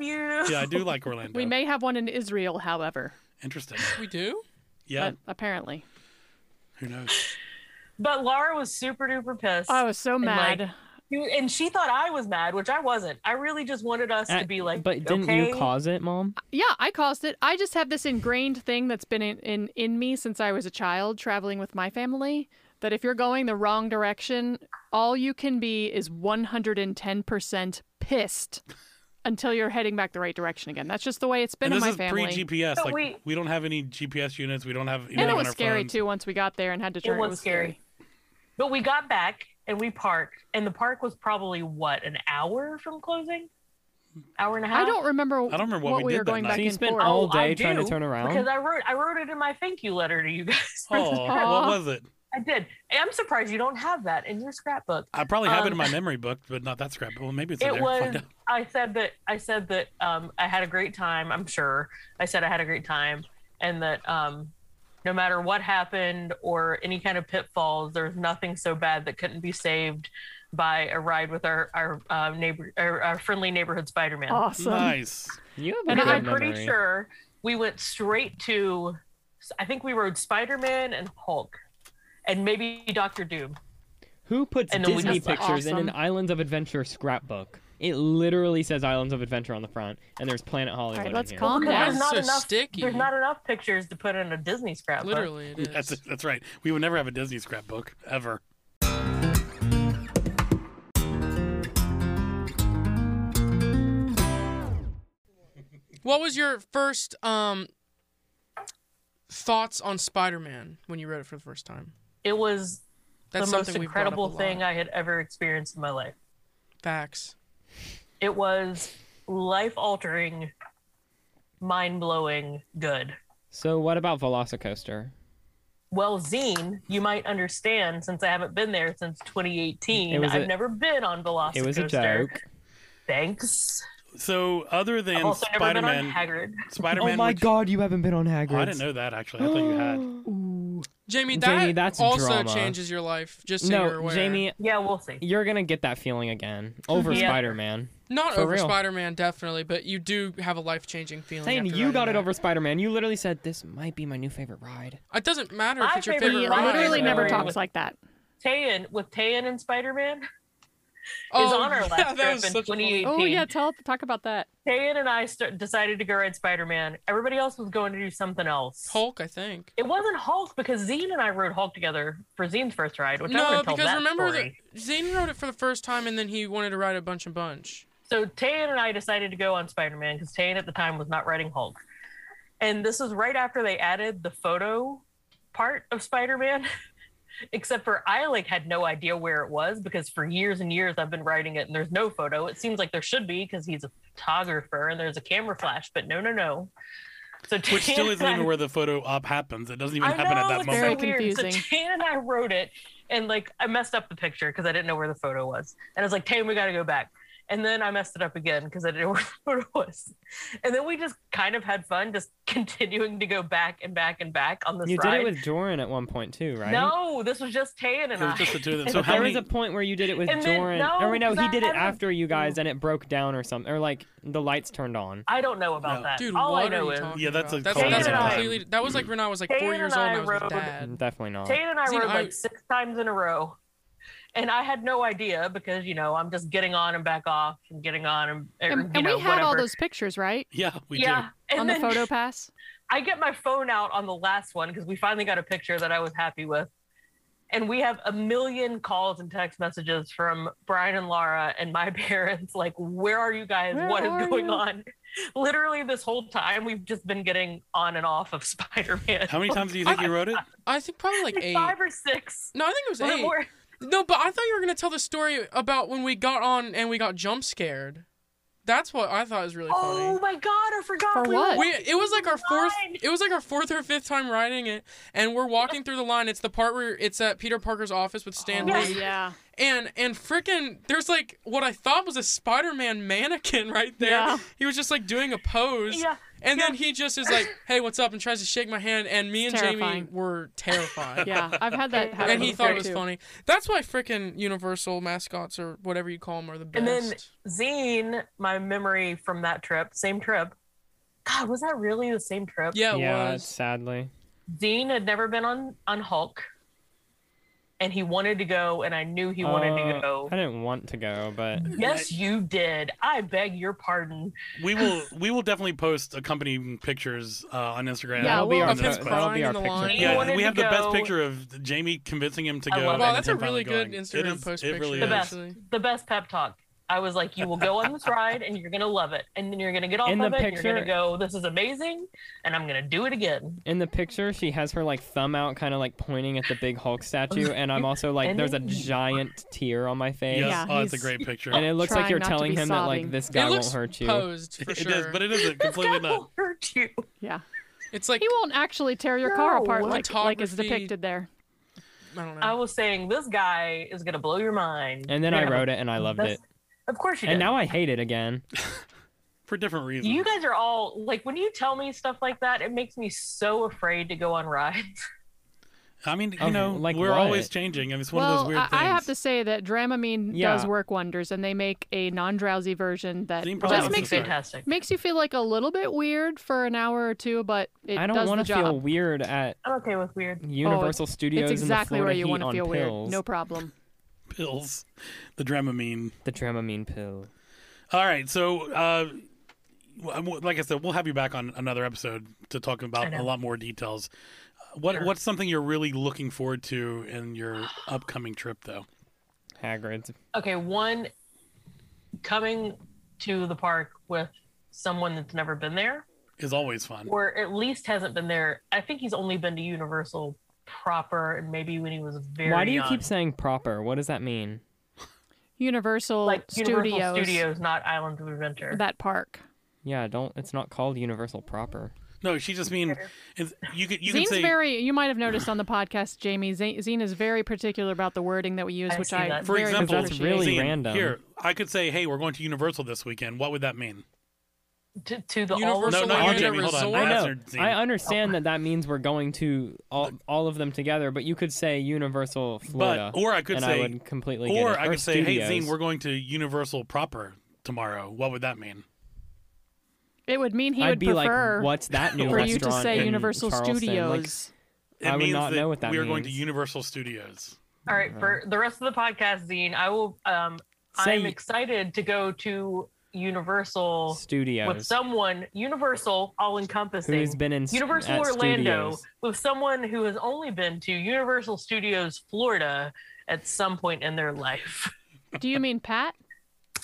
E: you.
A: yeah, I do like Orlando.
F: we may have one in Israel, however.
A: Interesting.
D: we do?
A: Yeah,
F: But apparently,
A: who knows?
E: But Laura was super duper pissed.
F: I was so
E: like,
F: mad.
E: You- and she thought I was mad, which I wasn't. I really just wanted us
B: Uh,
E: to be like,
B: but didn't
E: okay,
B: you cause it, Mom?
F: yeah, I caused it. I just have this ingrained thing that's been in, in in me since I was a child traveling with my family that if you're going the wrong direction, all you can be is 110% pissed until you're heading back the right direction again. That's just the way it's been
A: And
F: in
A: this
F: my
A: is
F: family.
A: pre GPS.
E: But
A: Like we,
E: we-
A: don't have any GPS units. We don't have. anything
F: and it
A: on
F: was
A: our
F: scary
A: phones.
F: too once we got there and had to
E: It
F: turn.
E: was scary. But we got back and we parked, and the park was probably what an hour from closing, hour and a half.
F: I don't remember. I
A: don't remember what we
F: we
A: did
F: were
A: that
F: going
A: night.
F: back
B: So you
F: and
B: spent
F: forth.
B: all
E: Oh, I
B: day trying to
E: do,
B: turn around?
E: because I wrote I wrote it in my thank you letter to you guys.
A: Oh,
F: Aw.
A: what was it?
E: I did. I'm surprised you don't have that in your scrapbook.
A: I probably have it in
E: Um,
A: my memory book, but not that scrapbook. Well, maybe it's in
E: it
A: there.
E: was
A: Find out.
E: i said that i said that um, i had a great time i'm sure i said i had a great time and that um, no matter what happened or any kind of pitfalls there's nothing so bad that couldn't be saved by a ride with our our uh, neighbor our, our friendly neighborhood spider-man
F: Awesome.
A: Nice.
B: You have a
E: and
B: good
E: i'm
B: memory.
E: pretty sure we went straight to i think we rode spider-man and hulk and maybe dr doom
B: Who puts
E: And then we
B: Disney
E: just- That's
B: pictures in an
F: awesome.
B: Islands of Adventure scrapbook? It literally says Islands of Adventure on the front, and there's Planet Hollywood. in
F: let's
B: here.
F: calm
E: Because
F: down.
E: there's not
D: so
E: enough
D: sticky.
E: there's not enough pictures to put in a disney scrapbook
D: Literally, it is.
A: That's that's right. We would never have a Disney scrapbook ever.
D: What was your first um thoughts on Spider-Man when you read it for the first time?
E: it was
D: That's
E: the most
D: something we've brought up a
E: incredible
D: lot.
E: thing I had ever experienced in my life.
D: Facts.
E: It was life altering, mind blowing, good.
B: So what about Velocicoaster?
E: Well, Zine, you might understand since I haven't been there since 2018.
B: It was
E: I've
B: a-
E: never been on Velocicoaster.
B: It was a joke.
E: Thanks.
A: So other than
E: I've also never been on
A: Spider-Man,
E: Hagrid.
A: Spider-Man.
B: oh my
A: which-
B: god, you haven't been on Hagrid's.
A: Oh, I didn't know that actually. I thought you had.
D: Jamie, that
B: Jamie, that's
D: also
B: drama.
D: changes your life, just so you're
B: No,
D: aware.
B: Jamie,
E: Yeah, we'll see.
B: you're gonna get that feeling again over
E: Yeah.
B: Spider-Man.
D: Not
B: For
D: over
B: real.
D: Spider-Man, definitely, but you do have a life-changing feeling.
B: Saying
D: after
B: you got it
D: writing
B: over Spider-Man, you literally said this might be my new favorite ride.
D: that. It doesn't matter if
E: My
D: it's your
E: favorite
D: favorite.
F: He
E: ride.
D: ride.
F: literally never
E: Right.
F: talks like that.
E: Tayan, with Tayan and Spider Man,
D: oh,
E: is on our
D: yeah,
E: last
D: that
E: trip
D: was
E: in
D: such a funny-
E: 2018.
F: Oh yeah, tell talk about that.
E: Tayan and I st- decided to go ride Spider Man. Everybody else was going to do something else.
D: Hulk, I think.
E: It wasn't Hulk because Zine and I rode Hulk together for Zine's first ride, which I'm
D: no,
E: gonna tell
D: because
E: that
D: remember that
E: story.
D: Zane wrote it for the first time, and then he wanted to write a bunch and bunch.
E: So Tayan and I decided to go on Spider-Man because Tayan at the time was not riding Hulk, and this was right after they added the photo part of Spider-Man. Except for I like had no idea where it was because for years and years I've been riding it and there's no photo. It seems like there should be because he's a photographer and there's a camera flash, but no, no, no. So
A: Which still
E: Tayan
A: isn't
E: and I-
A: even where the photo op happens. It doesn't even
E: I
A: happen
E: know,
A: at that
E: it's
A: moment.
F: Very
E: So weird. So
F: confusing.
E: Tane and I wrote it, and like I messed up the picture because I didn't know where the photo was, and I was like, Tane, we got to go back. And then I messed it up again because I didn't know where the photo was. And then we just kind of had fun, just continuing to go back and back and back on this
B: You
E: ride.
B: did it with Joran at one point too, right?
E: No, this was just Tan and
A: It was
E: I.
A: just the two of them. So
B: But
A: how
B: there
A: many?
B: was a point where you did it with
E: And then-
B: Joran.
E: no,
B: or wait, no,
E: 'cause
B: he
E: I
B: did it
E: had a-
B: after you guys, and it broke down or something, or like the lights turned on.
E: I don't know about
A: No.
E: that.
D: Dude,
E: All
D: what
E: I know
D: are you
E: is
D: talking
A: Yeah, that's a
D: about? that's,
E: Taylor
D: that's
E: and I-
D: completely. That was like when I was like
E: Taylor
D: four years
E: and
D: old,
E: I
D: and I was with
E: rode-
D: dad.
B: Definitely not.
E: Tane and I
D: See,
E: rode
D: I-
E: like six times in a row. And I had no idea because, you know, I'm just getting on and back off and getting on and, or,
F: And,
E: you
F: and
E: know,
F: we had all
E: whatever.
F: those pictures, right?
A: yeah, we
E: yeah. And
F: on
E: then-
F: the photo pass.
E: I get my phone out on the last one because we finally got a picture that I was happy with. And we have a million calls and text messages from Brian and Laura and my parents, like, where are you guys?
F: Where
E: what is
F: are
E: going
F: you?"
E: on? Literally, this whole time, we've just been getting on and off of Spider Man.
A: do. How many times do you think you wrote it?
D: I think probably like eight.
E: Five or six.
D: No, I think it was
E: Was it
D: eight.
E: more?
D: No, but I thought you were gonna tell the story about when we got on and we got jump scared. That's what I thought was really
E: Oh my God, I forgot.
F: For
E: we were-
F: what?
D: funny. We it was like our fourth
E: Mine.
D: it was like our fourth or fifth time riding it and we're walking through the line. It's the part where it's at Peter Parker's office with Stan
E: Oh,
D: Lee.
E: Yes.
F: yeah.
D: And and frickin' there's like what I thought was a Spider-Man mannequin right there.
F: Yeah.
D: He was just like doing a pose.
E: Yeah.
D: And then he just is like, "Hey, what's up?" and tries to shake my hand and me and Jamie
F: Terrifying.
D: were terrified.
F: Yeah. I've had that happen.
D: And he
F: before,
D: thought it was
F: too.
D: funny. That's why frickin' Universal mascots or whatever you call them are the best.
E: And then Zine, my memory from that trip, same trip. God, was that really the same trip?
D: yeah, it
B: yeah,
D: was.
B: sadly.
E: Dean had never been on on Hulk, and he wanted to go, and I knew he wanted
B: Uh,
E: to go.
B: I didn't want to go, but
E: Yes, you did. I beg your pardon.
A: We will. We will definitely post accompanying pictures uh, on Instagram.
F: Yeah,
B: that'll be
F: we'll-
B: our
A: on
D: Of him
A: this
B: picture. That'll
D: crying
B: be
D: in
B: our
D: the
B: picture.
D: line.
E: He
A: Yeah,
E: wanted
A: we
E: to
A: have the best
E: go-
A: picture of Jamie convincing him to
E: I
A: go.
E: love
A: and
E: it.
D: Wow,
A: then
D: that's a
A: him finally
D: really good
A: going. It
D: Instagram
A: is-
D: post
A: It
D: picture.
A: really
E: The
A: is.
E: best,
D: Actually.
E: the best pep talk. I was like, you will go on this ride, and you're gonna love it, and then you're gonna get off
B: In the
E: of it, and you're
B: picture-
E: gonna go, this is amazing, and I'm gonna do it again.
B: In the picture, she has her like thumb out, kind of like pointing at the big Hulk statue, and I'm also like,
E: And
B: there's a
E: then you-
B: giant tear on my face,
A: Yes.
F: Yeah,
A: oh, it's a
F: he's-
A: great picture.
B: and it looks like
F: Trying
B: you're
F: not to
B: telling
F: be
B: him that like
F: sobbing.
B: this guy
D: It looks
B: won't hurt you.
D: posed for
A: It
D: sure.
A: is, but it is a completely
E: That
A: not.
E: will hurt you.
F: Yeah.
D: it's like
F: He won't actually tear your car apart
E: No.
F: like, like is
D: Photography-
F: depicted there.
D: I don't know.
E: I was saying this guy is gonna blow your mind.
B: And then I wrote it and I loved
E: That's-
B: it.
E: Of course you did.
B: And now I hate it again.
A: for different reasons.
E: you guys are all like when you tell me stuff like that, it makes me so afraid to go on rides.
A: I mean, you
B: Oh,
A: know,
B: like
A: we're
B: what?
A: always changing. I mean, it's one
F: well,
A: of those weird
F: I,
A: things.
F: I have to say that Dramamine does
B: Yeah.
F: work wonders, and they make a non-drowsy version that
A: Theme
F: just
A: That's
E: That's
A: makes
F: makes
A: it-
E: fantastic.
F: makes you feel like a little bit weird for an hour or two, but it
B: I don't
F: does
B: want
F: the
B: to
F: job.
B: feel weird at
E: I'm okay with weird.
B: Universal Studios
F: it's exactly
B: and the
F: where
B: Florida
F: you
B: heat
F: want to
B: on
F: feel
B: pills.
F: weird. No problem.
A: pills, the Dramamine.
B: The Dramamine pill.
A: All right, so uh, w- w- like I said, we'll have you back on another episode to talk about a
E: know.
A: lot more details. Uh, What what's something you're really looking forward to in your upcoming trip, though?
B: Hagrid.
E: Okay, one coming to the park with someone that's never been there
A: Is always fun.
E: or at least hasn't been there. I think he's only been to Universal proper and maybe when he was very
B: Why do you
E: young.
B: keep saying proper? What does that mean?
F: Universal
E: like
F: Studios,
E: Universal Studios, not Islands of Adventure.
F: that park.
B: Yeah, don't. It's not called Universal proper.
A: No, she just mean it's, you could you could
F: Zine's
A: say
F: very. You might have noticed on the podcast, Jamie. Zine, Zine is very particular about the wording that we use,
E: I
F: which
E: see
F: I
E: that.
A: for
F: very
A: example,
B: That's
F: appreciate.
B: really
A: Zine,
B: random.
A: Here, I could say, hey, we're going to Universal this weekend. What would that mean?
E: to, to the
A: No,
D: Universal
A: no, you,
D: Orlando
A: Jamie, hold on.
D: Resort.
B: I
A: I
B: know.
A: answered Zine.
B: I understand that that means we're going to all all of them together, but you could say Universal Florida.
A: or I could
B: and
A: say-
B: I would completely get
A: Or
B: it.
A: I could say,
B: studios.
A: hey, Zine, we're going to Universal proper tomorrow. What would that mean?
F: It would mean he
B: I'd
F: would
B: be
F: prefer
B: like, what's that new
F: for you to
B: restaurant
F: say
B: in
F: Universal
B: Charleston? Like,
F: Studios.
A: It
B: I would
A: means
B: not
A: that
B: know what that
A: we are going to
B: means.
A: Universal Studios.
E: All right, for the rest of the podcast, Zine, I will. Um,
B: Say-
E: I'm excited to go to Universal with
B: studios.
E: someone. Universal, all encompassing.
B: Who's been in s-
E: Universal
B: at
E: Orlando
B: Studios.
E: with someone who has only been to Universal Studios Florida at some point in their life.
F: Do you mean Pat?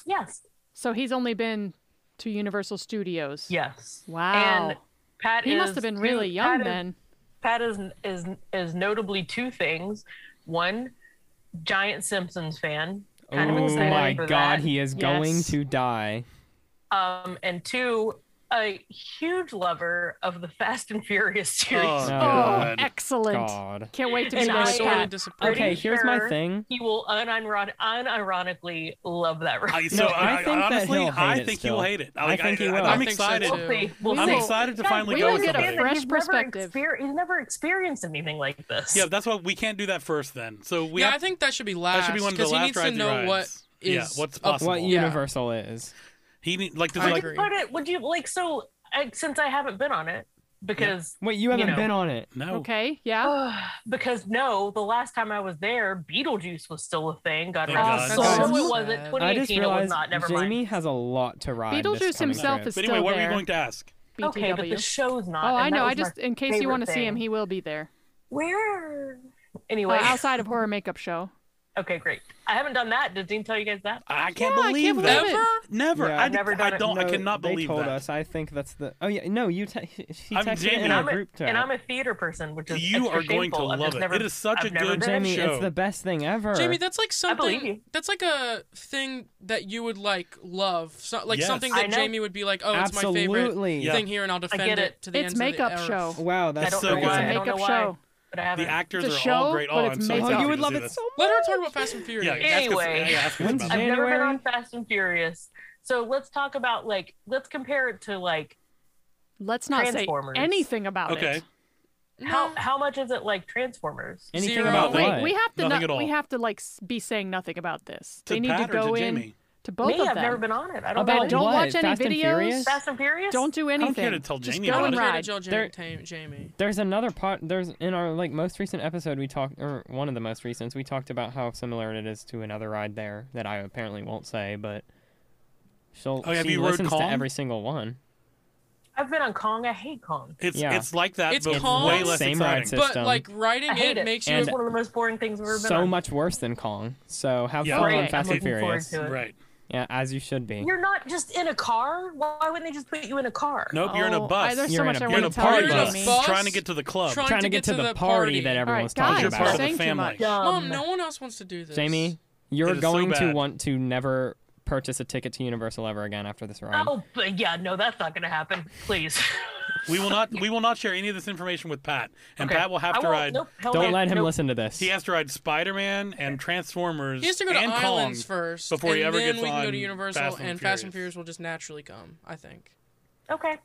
E: Yes,
F: So he's only been to Universal Studios.
E: yes.
F: Wow.
E: And Pat
F: he
E: is
F: must have been really
E: two-
F: young
E: Pat is-
F: then.
E: Pat is is is notably two things. One, giant Simpsons fan. Kind of
B: oh
E: excited
B: my
E: for
B: God,
E: that.
B: he is going
F: Yes.
B: to die.
E: um, and two, a huge lover of the Fast and Furious series.
A: Oh,
B: No.
F: Oh,
A: God.
F: excellent.
B: God.
F: Can't wait to be
E: And
D: I'm
E: I
F: next
E: am-
D: sorely
F: Pat.
D: disappointed.
E: Pretty
B: Okay, here's my
E: sure-
B: thing.
E: He will uniron- unironically love that ride.
A: I, so
B: No, I
A: I,
B: think that
A: honestly,
B: he'll hate
A: I
B: it
A: think
B: still.
A: he'll hate it.
B: I
A: Like,
B: think he will.
A: I'm
D: I think so,
A: excited.
D: too.
E: We'll see. We'll
A: I'm
E: see.
A: excited to
E: Guys,
A: finally
E: we
A: go
E: don't
A: with
E: get
A: somebody.
E: it. He's
F: Fresh
E: never
F: perspective.
E: exper- he's never experienced anything like this.
A: Yeah, that's what we can't do that first. Then, so we
D: yeah,
A: have,
D: I think that should be
A: that
D: last
A: should be one of the
D: because he
A: last
D: needs to
A: rides. he
D: know
A: rides.
D: what is
A: yeah, what's
D: up-
A: possible.
B: What Universal is.
A: He need- like does
D: I
A: he like
D: agree.
E: Put it. Would you like so? I, since I haven't been on it, because
B: Wait, you haven't
E: know.
B: been on it.
A: no.
F: Okay. Yeah.
E: because no, the last time I was there, Beetlejuice was still a thing. God
A: Thank God.
E: rest. So
B: Guys,
E: it wasn't.
D: I
B: I just
E: 2018. It was
B: realized
E: not. Never
B: Jamie
E: mind.
B: has a lot to ride. this
F: Beetlejuice
B: coming
F: himself
B: trip.
F: is
A: But
F: still
A: anyway, what
F: there.
A: were you going to ask?
F: BTW.
E: Oh, Okay, but the show's not.
F: oh,
E: and
F: I
E: that
F: know.
E: was
F: I
E: my
F: just in case you
E: favorite
F: want to see him,
E: thing.
F: he will be there.
E: Where?
F: Uh,
E: Anyway,
F: outside of horror makeup show.
E: okay, great. I haven't done that. Did Dean tell you guys that?
A: I can't
F: Yeah, I can't
A: believe
F: believe
A: that.
F: it.
D: ever.
A: Never.
B: Yeah.
A: I,
B: I've
E: never
A: did-
E: done
A: I
E: it.
A: don't. I
B: No,
A: cannot
B: they
A: believe
B: told
A: that.
B: us. I think that's the. Oh yeah, no, you. Te- she
A: I'm
B: texted it
A: Jamie.
B: in our
E: I'm a,
B: group chat.
E: and I'm a theater person, which is
A: You
E: extra
A: are going to
E: shameful. I've
A: love
E: just
A: it.
E: never-
A: It is such a
E: I've never
A: good
E: been.
B: Jamie,
A: show.
B: it's the best thing ever.
D: Jamie, that's like
E: believe
D: something.
E: you.
D: That's like a thing that you would like love. So, like
A: Yes.
D: something
E: I
D: that
E: know.
D: Jamie would be like, oh, it's my favorite
B: absolutely.
A: Yeah.
D: thing here, and I'll defend
E: get it.
D: to the
F: It's
D: ends of the
F: makeup
D: earth.
F: show.
B: Wow,
E: I
B: that's
E: don't
A: so
E: know
A: good.
E: why. I
A: It's a
E: don't know
F: makeup
E: why,
F: show.
E: But I haven't.
A: The actors
F: It's a
A: are all
F: show,
A: great.
F: but
A: Oh,
F: it's
A: I'm so
F: made
B: Oh,
F: up.
A: excited
B: you would
A: to
B: love
A: see
B: it
A: this.
B: so much.
D: Let her talk about Fast and Furious.
A: Yeah. ask us-
E: Anyway.
A: yeah, ask us
B: When's
A: about
E: I've
A: it.
E: never been
B: January.
E: on Fast and Furious, so let's talk about like let's compare it to like
F: Let's not say
E: Transformers.
F: anything about
A: Okay.
F: it.
E: how how much is it like Transformers?
B: Anything
D: Zero.
B: about
A: Wait,
B: what?
F: We have to
A: Nothing
F: not,
A: at all.
F: we have to like s- be saying nothing about this.
A: To
F: they need
A: Pat
F: to
A: or to
F: go in
A: Jamie?
F: to both
E: Me,
F: of
E: I've
F: them.
E: never been on it. I don't know.
F: About don't
B: what?
F: watch any
B: Fast and
F: videos.
B: Furious?
E: Fast and Furious.
F: Don't do
A: care
F: anything.
A: to tell
F: Just
A: Jamie
F: go
A: about
F: and
A: it.
D: Care to
F: ride.
D: tell
B: There-
D: Jamie. Jamie.
B: There's another part. There's in our like most recent episode we talked, or one of the most recents we talked about how similar it is to another ride there that I apparently won't say, but she'll
A: Oh, have
B: she
A: you rode
B: listens to
A: Kong?
B: every single one.
E: I've been on Kong. I hate Kong.
A: It's
B: Yeah.
A: it's like that,
D: It's
A: but
D: calm.
A: way less
B: Same ride
A: exciting.
B: system.
D: But like writing
E: I hate
D: it,
E: it.
D: makes
B: And-
D: you.
E: It's one of the most boring things I've ever been
B: So
E: on.
B: much worse than Kong. So have
A: Yeah.
B: fun
A: Right,
B: on Fast
E: I'm
B: and
E: looking forward
B: Furious.
E: to it.
A: Right.
B: Yeah, as you should be.
E: You're not just in a car. Why wouldn't they just put you in a car?
A: Nope, you're in a
F: Oh, I-
A: bus.
F: there's so
B: You're in
F: much
B: a
F: I
A: You're in
F: wanna
A: a
F: tell
A: party
F: you,
A: bus,
F: Jamie.
D: Bus?
A: trying to get to the club.
D: Trying
B: trying to get to the party that
D: party.
F: All
B: everyone's
F: right, guys,
B: talking
A: You're
F: you're
B: about.
A: part of the
F: saying too
A: family.
F: much.
E: Dumb.
D: Mom, no one else wants to do this.
B: Jamie,
A: It
B: you're
A: is so
B: going to
A: bad.
B: want to never purchase a ticket to Universal ever again after this ride.
E: Oh, but yeah, no, that's not gonna happen. Please.
A: We will not. We will not share any of this information with Pat, and
E: Okay.
A: Pat will have
E: I
A: to
E: won't-
A: ride.
E: Nope, hell
B: Don't
E: no,
B: let him
E: nope.
B: listen to this.
A: He has to ride Spider Man and Transformers.
D: He has to go to
A: and
D: Islands
A: Kong
D: first
A: before
D: and
A: he ever
D: then
A: gets
D: we can
A: on
D: go to Universal,
A: Fast and
D: and Fast and
A: Furious.
D: Furious will just naturally come. I think.
E: Okay,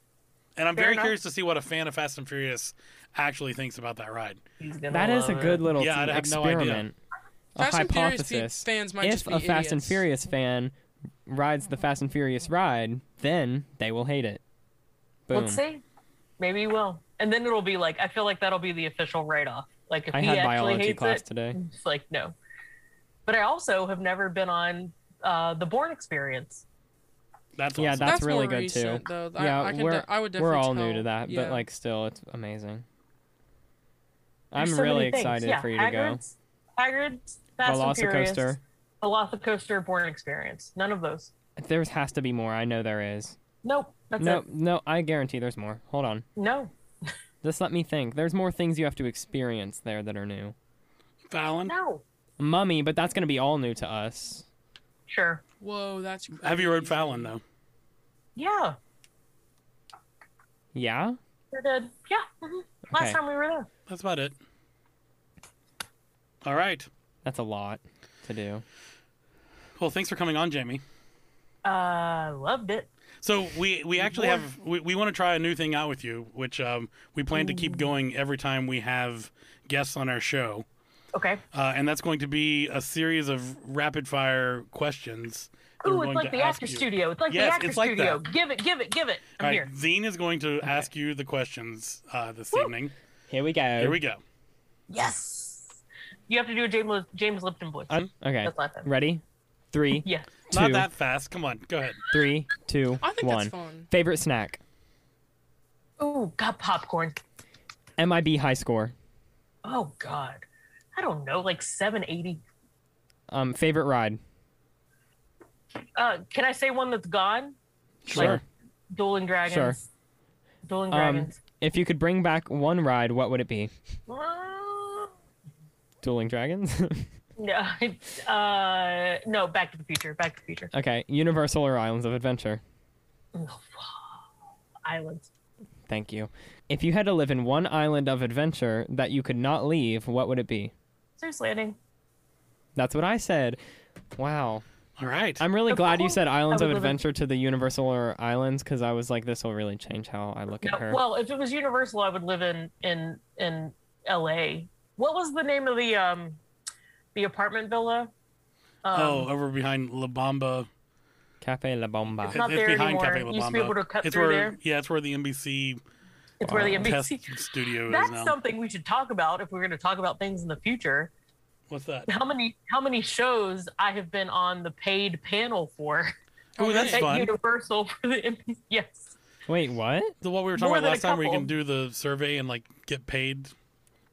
A: And I'm
E: Fair
A: very
E: enough.
A: curious to see what a fan of Fast and Furious actually thinks about that ride.
E: He's gonna
B: That is a
E: love
B: good
E: it.
B: little
A: Yeah, I'd
B: t-
A: have no idea.
B: experiment. A
D: Fast and Furious
B: hypothesis.
D: pe- fans might
B: if
D: just be
B: a Fast and
D: idiots.
B: Furious fan rides the Fast and Furious ride, then they will hate it. Boom.
E: Let's see. Maybe he will. And then it'll be like I feel like that'll be the official write off. Like if
B: I
E: he
B: had
E: actually
B: biology
E: hates
B: class
E: it,
B: today.
E: it's like no. But I also have never been on uh, the Born Experience.
A: That's
B: Yeah,
A: awesome.
B: that's,
D: That's
B: really
D: more
B: good
D: recent,
B: too.
D: though. I-
B: yeah,
D: I can de-
B: we're
D: I would
B: we're
D: definitely
B: all new
D: tell-
B: to that,
D: yeah.
B: but like still, it's amazing.
E: There's
B: I'm
E: so
B: really
E: many things.
B: excited
E: Yeah,
B: for you
E: Hagrid's, to go. Hagrid's
B: to
E: Fast
B: go.
E: and Furious,
B: Velocicoaster.
E: Velocicoaster, Born Experience. None of those.
B: There has to be more. I know there is.
E: Nope. That's
B: no,
E: it.
B: no, I guarantee there's more. Hold on.
E: No.
B: Just let me think. There's more things you have to experience there that are new.
A: Fallon,
E: No.
B: Mummy, but that's gonna be all new to us.
E: Sure.
D: Whoa, that's.
A: have you rode
D: crazy.
A: Fallon though?
E: Yeah.
B: Yeah.
E: Sure did. Yeah. mhm. Last
B: Okay.
E: time we were there.
A: That's about it. All right.
B: That's a lot to do.
A: Well, thanks for coming on, Jamie.
E: Uh, loved it.
A: So we we actually have we, we want to try a new thing out with you, which um, we plan to keep going every time we have guests on our show,
E: Okay.
A: uh, and that's going to be a series of rapid fire questions. that
E: Ooh,
A: we're
E: it's
A: going
E: like
A: to
E: the
A: ask
E: actor
A: you.
E: studio. It's like
A: Yes,
E: the actor
A: it's like
E: studio.
A: that.
E: Give it, give it, give it. I'm
A: All right,
E: here.
A: Zine is going to ask you the questions uh, this evening.
B: Here we go.
A: Here we go.
E: Yes. You have to do a James James Lipton voice.
B: okay.
E: That's not bad.
B: Ready? Three,
E: yeah.
A: Not
B: two,
A: that fast. Come on, go ahead.
B: three, two,
D: I think
B: one.
D: that's fun.
B: Favorite snack?
E: Ooh, got popcorn.
B: MIB high score.
E: Oh God. I don't know, like 780.
B: Um, favorite ride?
E: Uh, can I say one that's gone?
B: Sure.
E: Dueling Dragons.
B: Sure.
E: Dueling
B: Um,
E: Dragons.
B: if you could bring back one ride, what would it be?
E: Uh,
B: Dueling Dragons.
E: no, it's, uh, no. Back to the Future. Back to the Future.
B: okay. Universal or Islands of Adventure?
E: Islands.
B: Thank you. If you had to live in one island of adventure that you could not leave, what would it be?
E: Zeus Landing.
B: That's what I said. Wow.
A: All right.
B: I'm really
E: Of
B: glad you
E: course
B: said Islands
E: I
B: of
E: would live in-
B: Adventure to the Universal or Islands because I was like, this will really change how I look
E: No,
B: at her.
E: well, if it was Universal, I would live in in in L.A. What was the name of the um the apartment villa? Um,
A: oh, over behind La Bamba.
B: Cafe La Bomba.
E: It's not there
A: behind
E: anymore.
A: Cafe La
E: You used to be
A: Bamba.
E: able to cut
A: it's
E: through
A: where,
E: there.
A: Yeah, it's where the NBC
E: it's where the
A: test
E: NBC.
A: studio is
E: That's
A: now.
E: something we should talk about if we're going to talk about things in the future.
A: What's that?
E: How many how many shows I have been on the paid panel for
A: Oh, that's
E: at
A: fun.
E: Universal for the NBC? Yes.
B: Wait, what?
A: The what we were talking
E: More
A: about
E: than a
A: last time, where you can
E: couple. Mm,
A: do the survey and like get paid,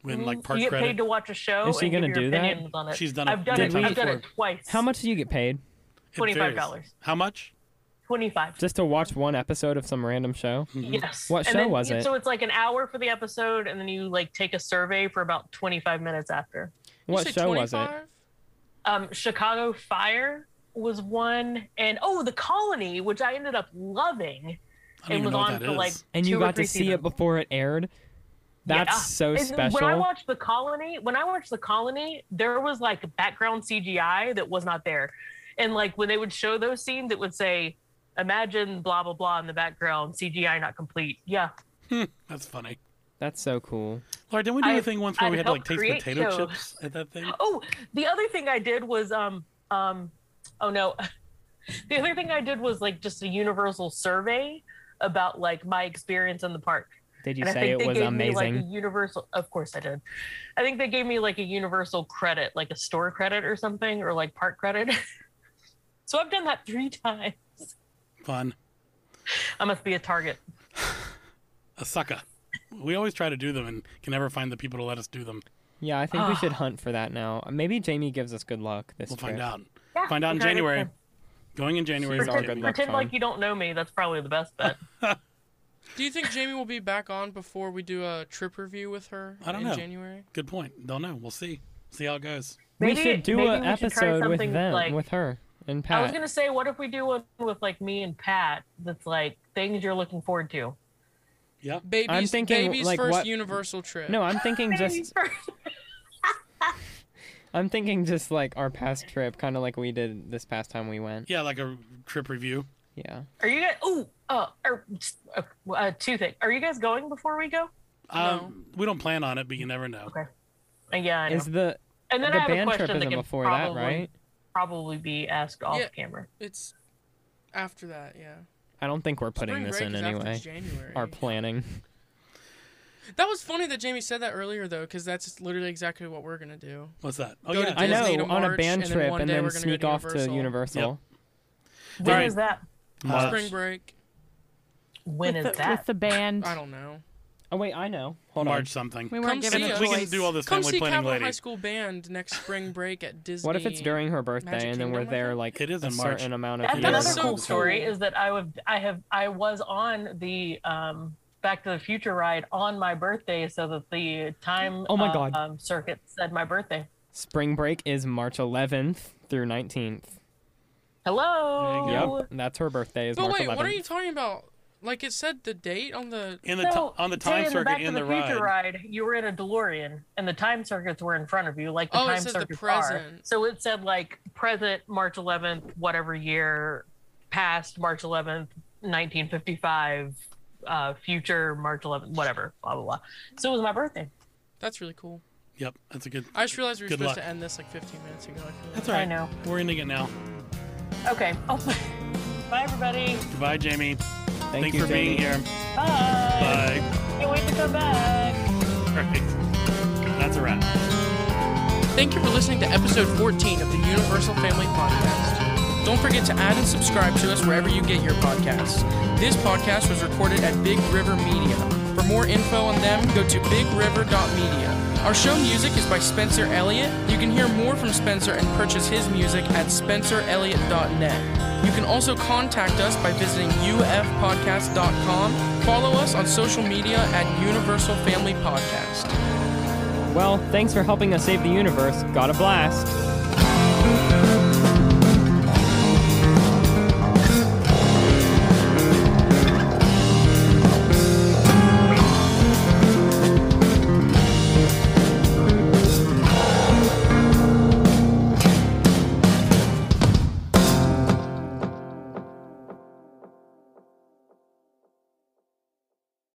A: when like part
E: you get paid
A: credit.
E: to watch a show.
B: Is she
E: and give
B: gonna
E: your
B: do that?
E: opinions On it.
A: She's done it-
E: I've done
B: did
E: it.
B: we-
E: I've done it twice.
B: How much do you get paid?
A: It varies.
E: $25.
A: How much?
E: Twenty five.
B: just to watch one episode of some random show?
E: Yes.
B: What show
E: And then-
B: was it?
E: So it's like an hour for the episode, and then you like take a survey for about 25 minutes after.
D: You
B: What
D: said
B: show was it?
D: 25?
E: Um, Chicago Fire was one, and oh, The Colony, which I ended up loving,
A: I don't
E: and
A: even
E: was
A: know
E: on
A: what that
E: for
A: is.
E: like
B: And you
E: two or
B: got to
E: three
B: see it
E: seasons.
B: before it aired? That's
E: Yeah.
B: so
E: And
B: special.
E: When I watched The Colony, when I watched The Colony, there was like background CGI that was not there, and like when they would show those scenes, it would say, "Imagine blah blah blah" in the background, CGI not complete. Yeah.
A: That's funny.
B: That's so cool.
A: Laura, didn't we do
E: I-
A: a thing once where we had
E: I'd
A: to like
E: help
A: taste
E: create
A: potato
E: shows.
A: chips at that thing?
E: Oh, the other thing I did was um um oh no. The other thing I did was like just a universal survey about like my experience in the park.
B: Did you
E: and I
B: say
E: think
B: it
E: they
B: was
E: gave
B: amazing?
E: me like a universal of course I did. I think they gave me like a universal credit, like a store credit or something, or like park credit. so I've done that three times.
A: Fun.
E: I must be a target.
A: A sucker. We always try to do them and can never find the people to let us do them.
B: Yeah, I think we
E: Ah.
B: should hunt for that now. Maybe Jamie gives us good luck this
A: We'll
B: trip.
A: find out.
E: Yeah,
A: Find out in
E: okay, that's
A: January.
E: fine.
A: Going in January.
B: She's
A: for
B: all
A: Jamie.
B: good luck
E: Pretend
B: charm.
E: like you don't know me. That's probably the best bet.
D: Do you think Jamie will be back on before we do a trip review with her
A: I don't
D: in
A: know.
D: January?
A: Good point. Don't know. We'll see. See how it goes.
E: Maybe-
B: we should do
E: maybe
B: an
E: we should try
B: episode with
E: something
B: them,
E: like-
B: with her and
E: I
B: Pat.
E: was gonna say, what if we do one with like me and Pat? That's like things you're looking forward to.
A: Yeah.
D: Baby's,
B: thinking,
D: baby's
B: like,
D: first
B: what-
D: Universal trip.
B: No, I'm thinking just
E: First.
B: I'm thinking just like our past trip, kind of like we did this past time we went.
A: Yeah, like a trip review.
B: Yeah.
E: Are you guys? Oh, uh, or uh, uh, two things. Are you guys going before we go?
A: Um, we don't plan on it, but you never know.
E: Okay. Uh, yeah, I know.
B: Is the
E: and
B: the
E: then I have a
B: band
E: question
B: trip
E: that
B: isn't
E: can
B: before
E: probably,
B: that, right?
E: probably be asked off
D: Yeah.
E: camera.
D: It's after that, yeah.
B: I don't think we're putting
D: Spring
B: this
D: break
B: in
D: is
B: anyway.
D: After January.
B: Our planning.
D: That was funny that Jamie said that earlier though, because that's literally exactly what we're gonna do.
A: What's that? Oh
D: Go to
A: yeah,
B: I
D: Disney
B: know
D: to
B: on a
D: March,
B: band
D: and then
B: trip
D: one
B: and
D: day
B: then
D: we're gonna go
B: sneak
D: to
B: off to
D: Universal.
B: Universal.
E: When
A: Alright.
E: is that?
A: March.
D: Spring break.
E: When is
F: with, the,
E: that?
F: with the band.
D: I don't know.
B: Oh wait, I know. Hold
A: March
B: on.
A: something.
F: We weren't
D: Come
F: given
D: see
F: a
D: us.
A: we
F: choice.
A: can do all this
D: Come
A: family
D: see
A: planning
D: Capitol
A: later.
D: High School Band next spring break at Disney.
B: What if it's during her birthday and then
D: Kingdom,
B: we're
D: I
B: there
D: think?
B: like
A: It is
B: a
A: in March.
B: certain amount of
E: That's
A: Yeah,
E: another
A: that's
B: years?
A: so
E: cool
A: cool.
E: story is that I would I have I was on the um Back to the Future ride on my birthday so that the time
B: Oh my
E: uh,
B: God.
E: um, circuit said my birthday.
B: Spring break is March 11th through 19th.
E: Hello.
B: Yep, that's her birthday is
D: Oh. But
B: March
D: wait,
B: 11th.
D: what are you talking about? Like it said the date on the.
A: In the
E: So,
A: ti- on the
E: say
A: time
E: in
A: circuit
E: Back to
A: in the,
E: the Future
A: ride.
E: ride, you were in a DeLorean, and the time circuits were in front of you, like the
D: Oh, it
E: time
D: says the
E: circuits are.
D: present.
E: So it said like present March 11th, whatever year, past March 11th, 1955, uh, future March 11th, whatever, blah blah blah. So it was my birthday.
D: That's really cool.
A: Yep, that's a good.
D: I just realized we were
A: Good
D: supposed
A: luck.
D: to end this like 15 minutes ago. I feel like.
A: That's all right.
E: I know.
A: We're ending it now.
E: Okay. Oh, bye everybody.
A: Goodbye, Jamie.
B: Thank
A: Thanks
B: you,
A: for being
B: Jamie.
A: here.
E: Bye.
A: Bye.
E: Can't wait to come back.
A: Perfect. That's a wrap.
D: Thank you for listening to episode 14 of the Universal Family Podcast. Don't forget to add and subscribe to us wherever you get your podcasts. This podcast was recorded at Big River Media. For more info on them, go to bigriver.media. Our show music is by Spencer Elliott. You can hear more from Spencer and purchase his music at spencerelliott.net. You can also contact us by visiting ufpodcast.com. Follow us on social media at Universal Family Podcast.
B: Well, thanks for helping us save the universe. Got a blast.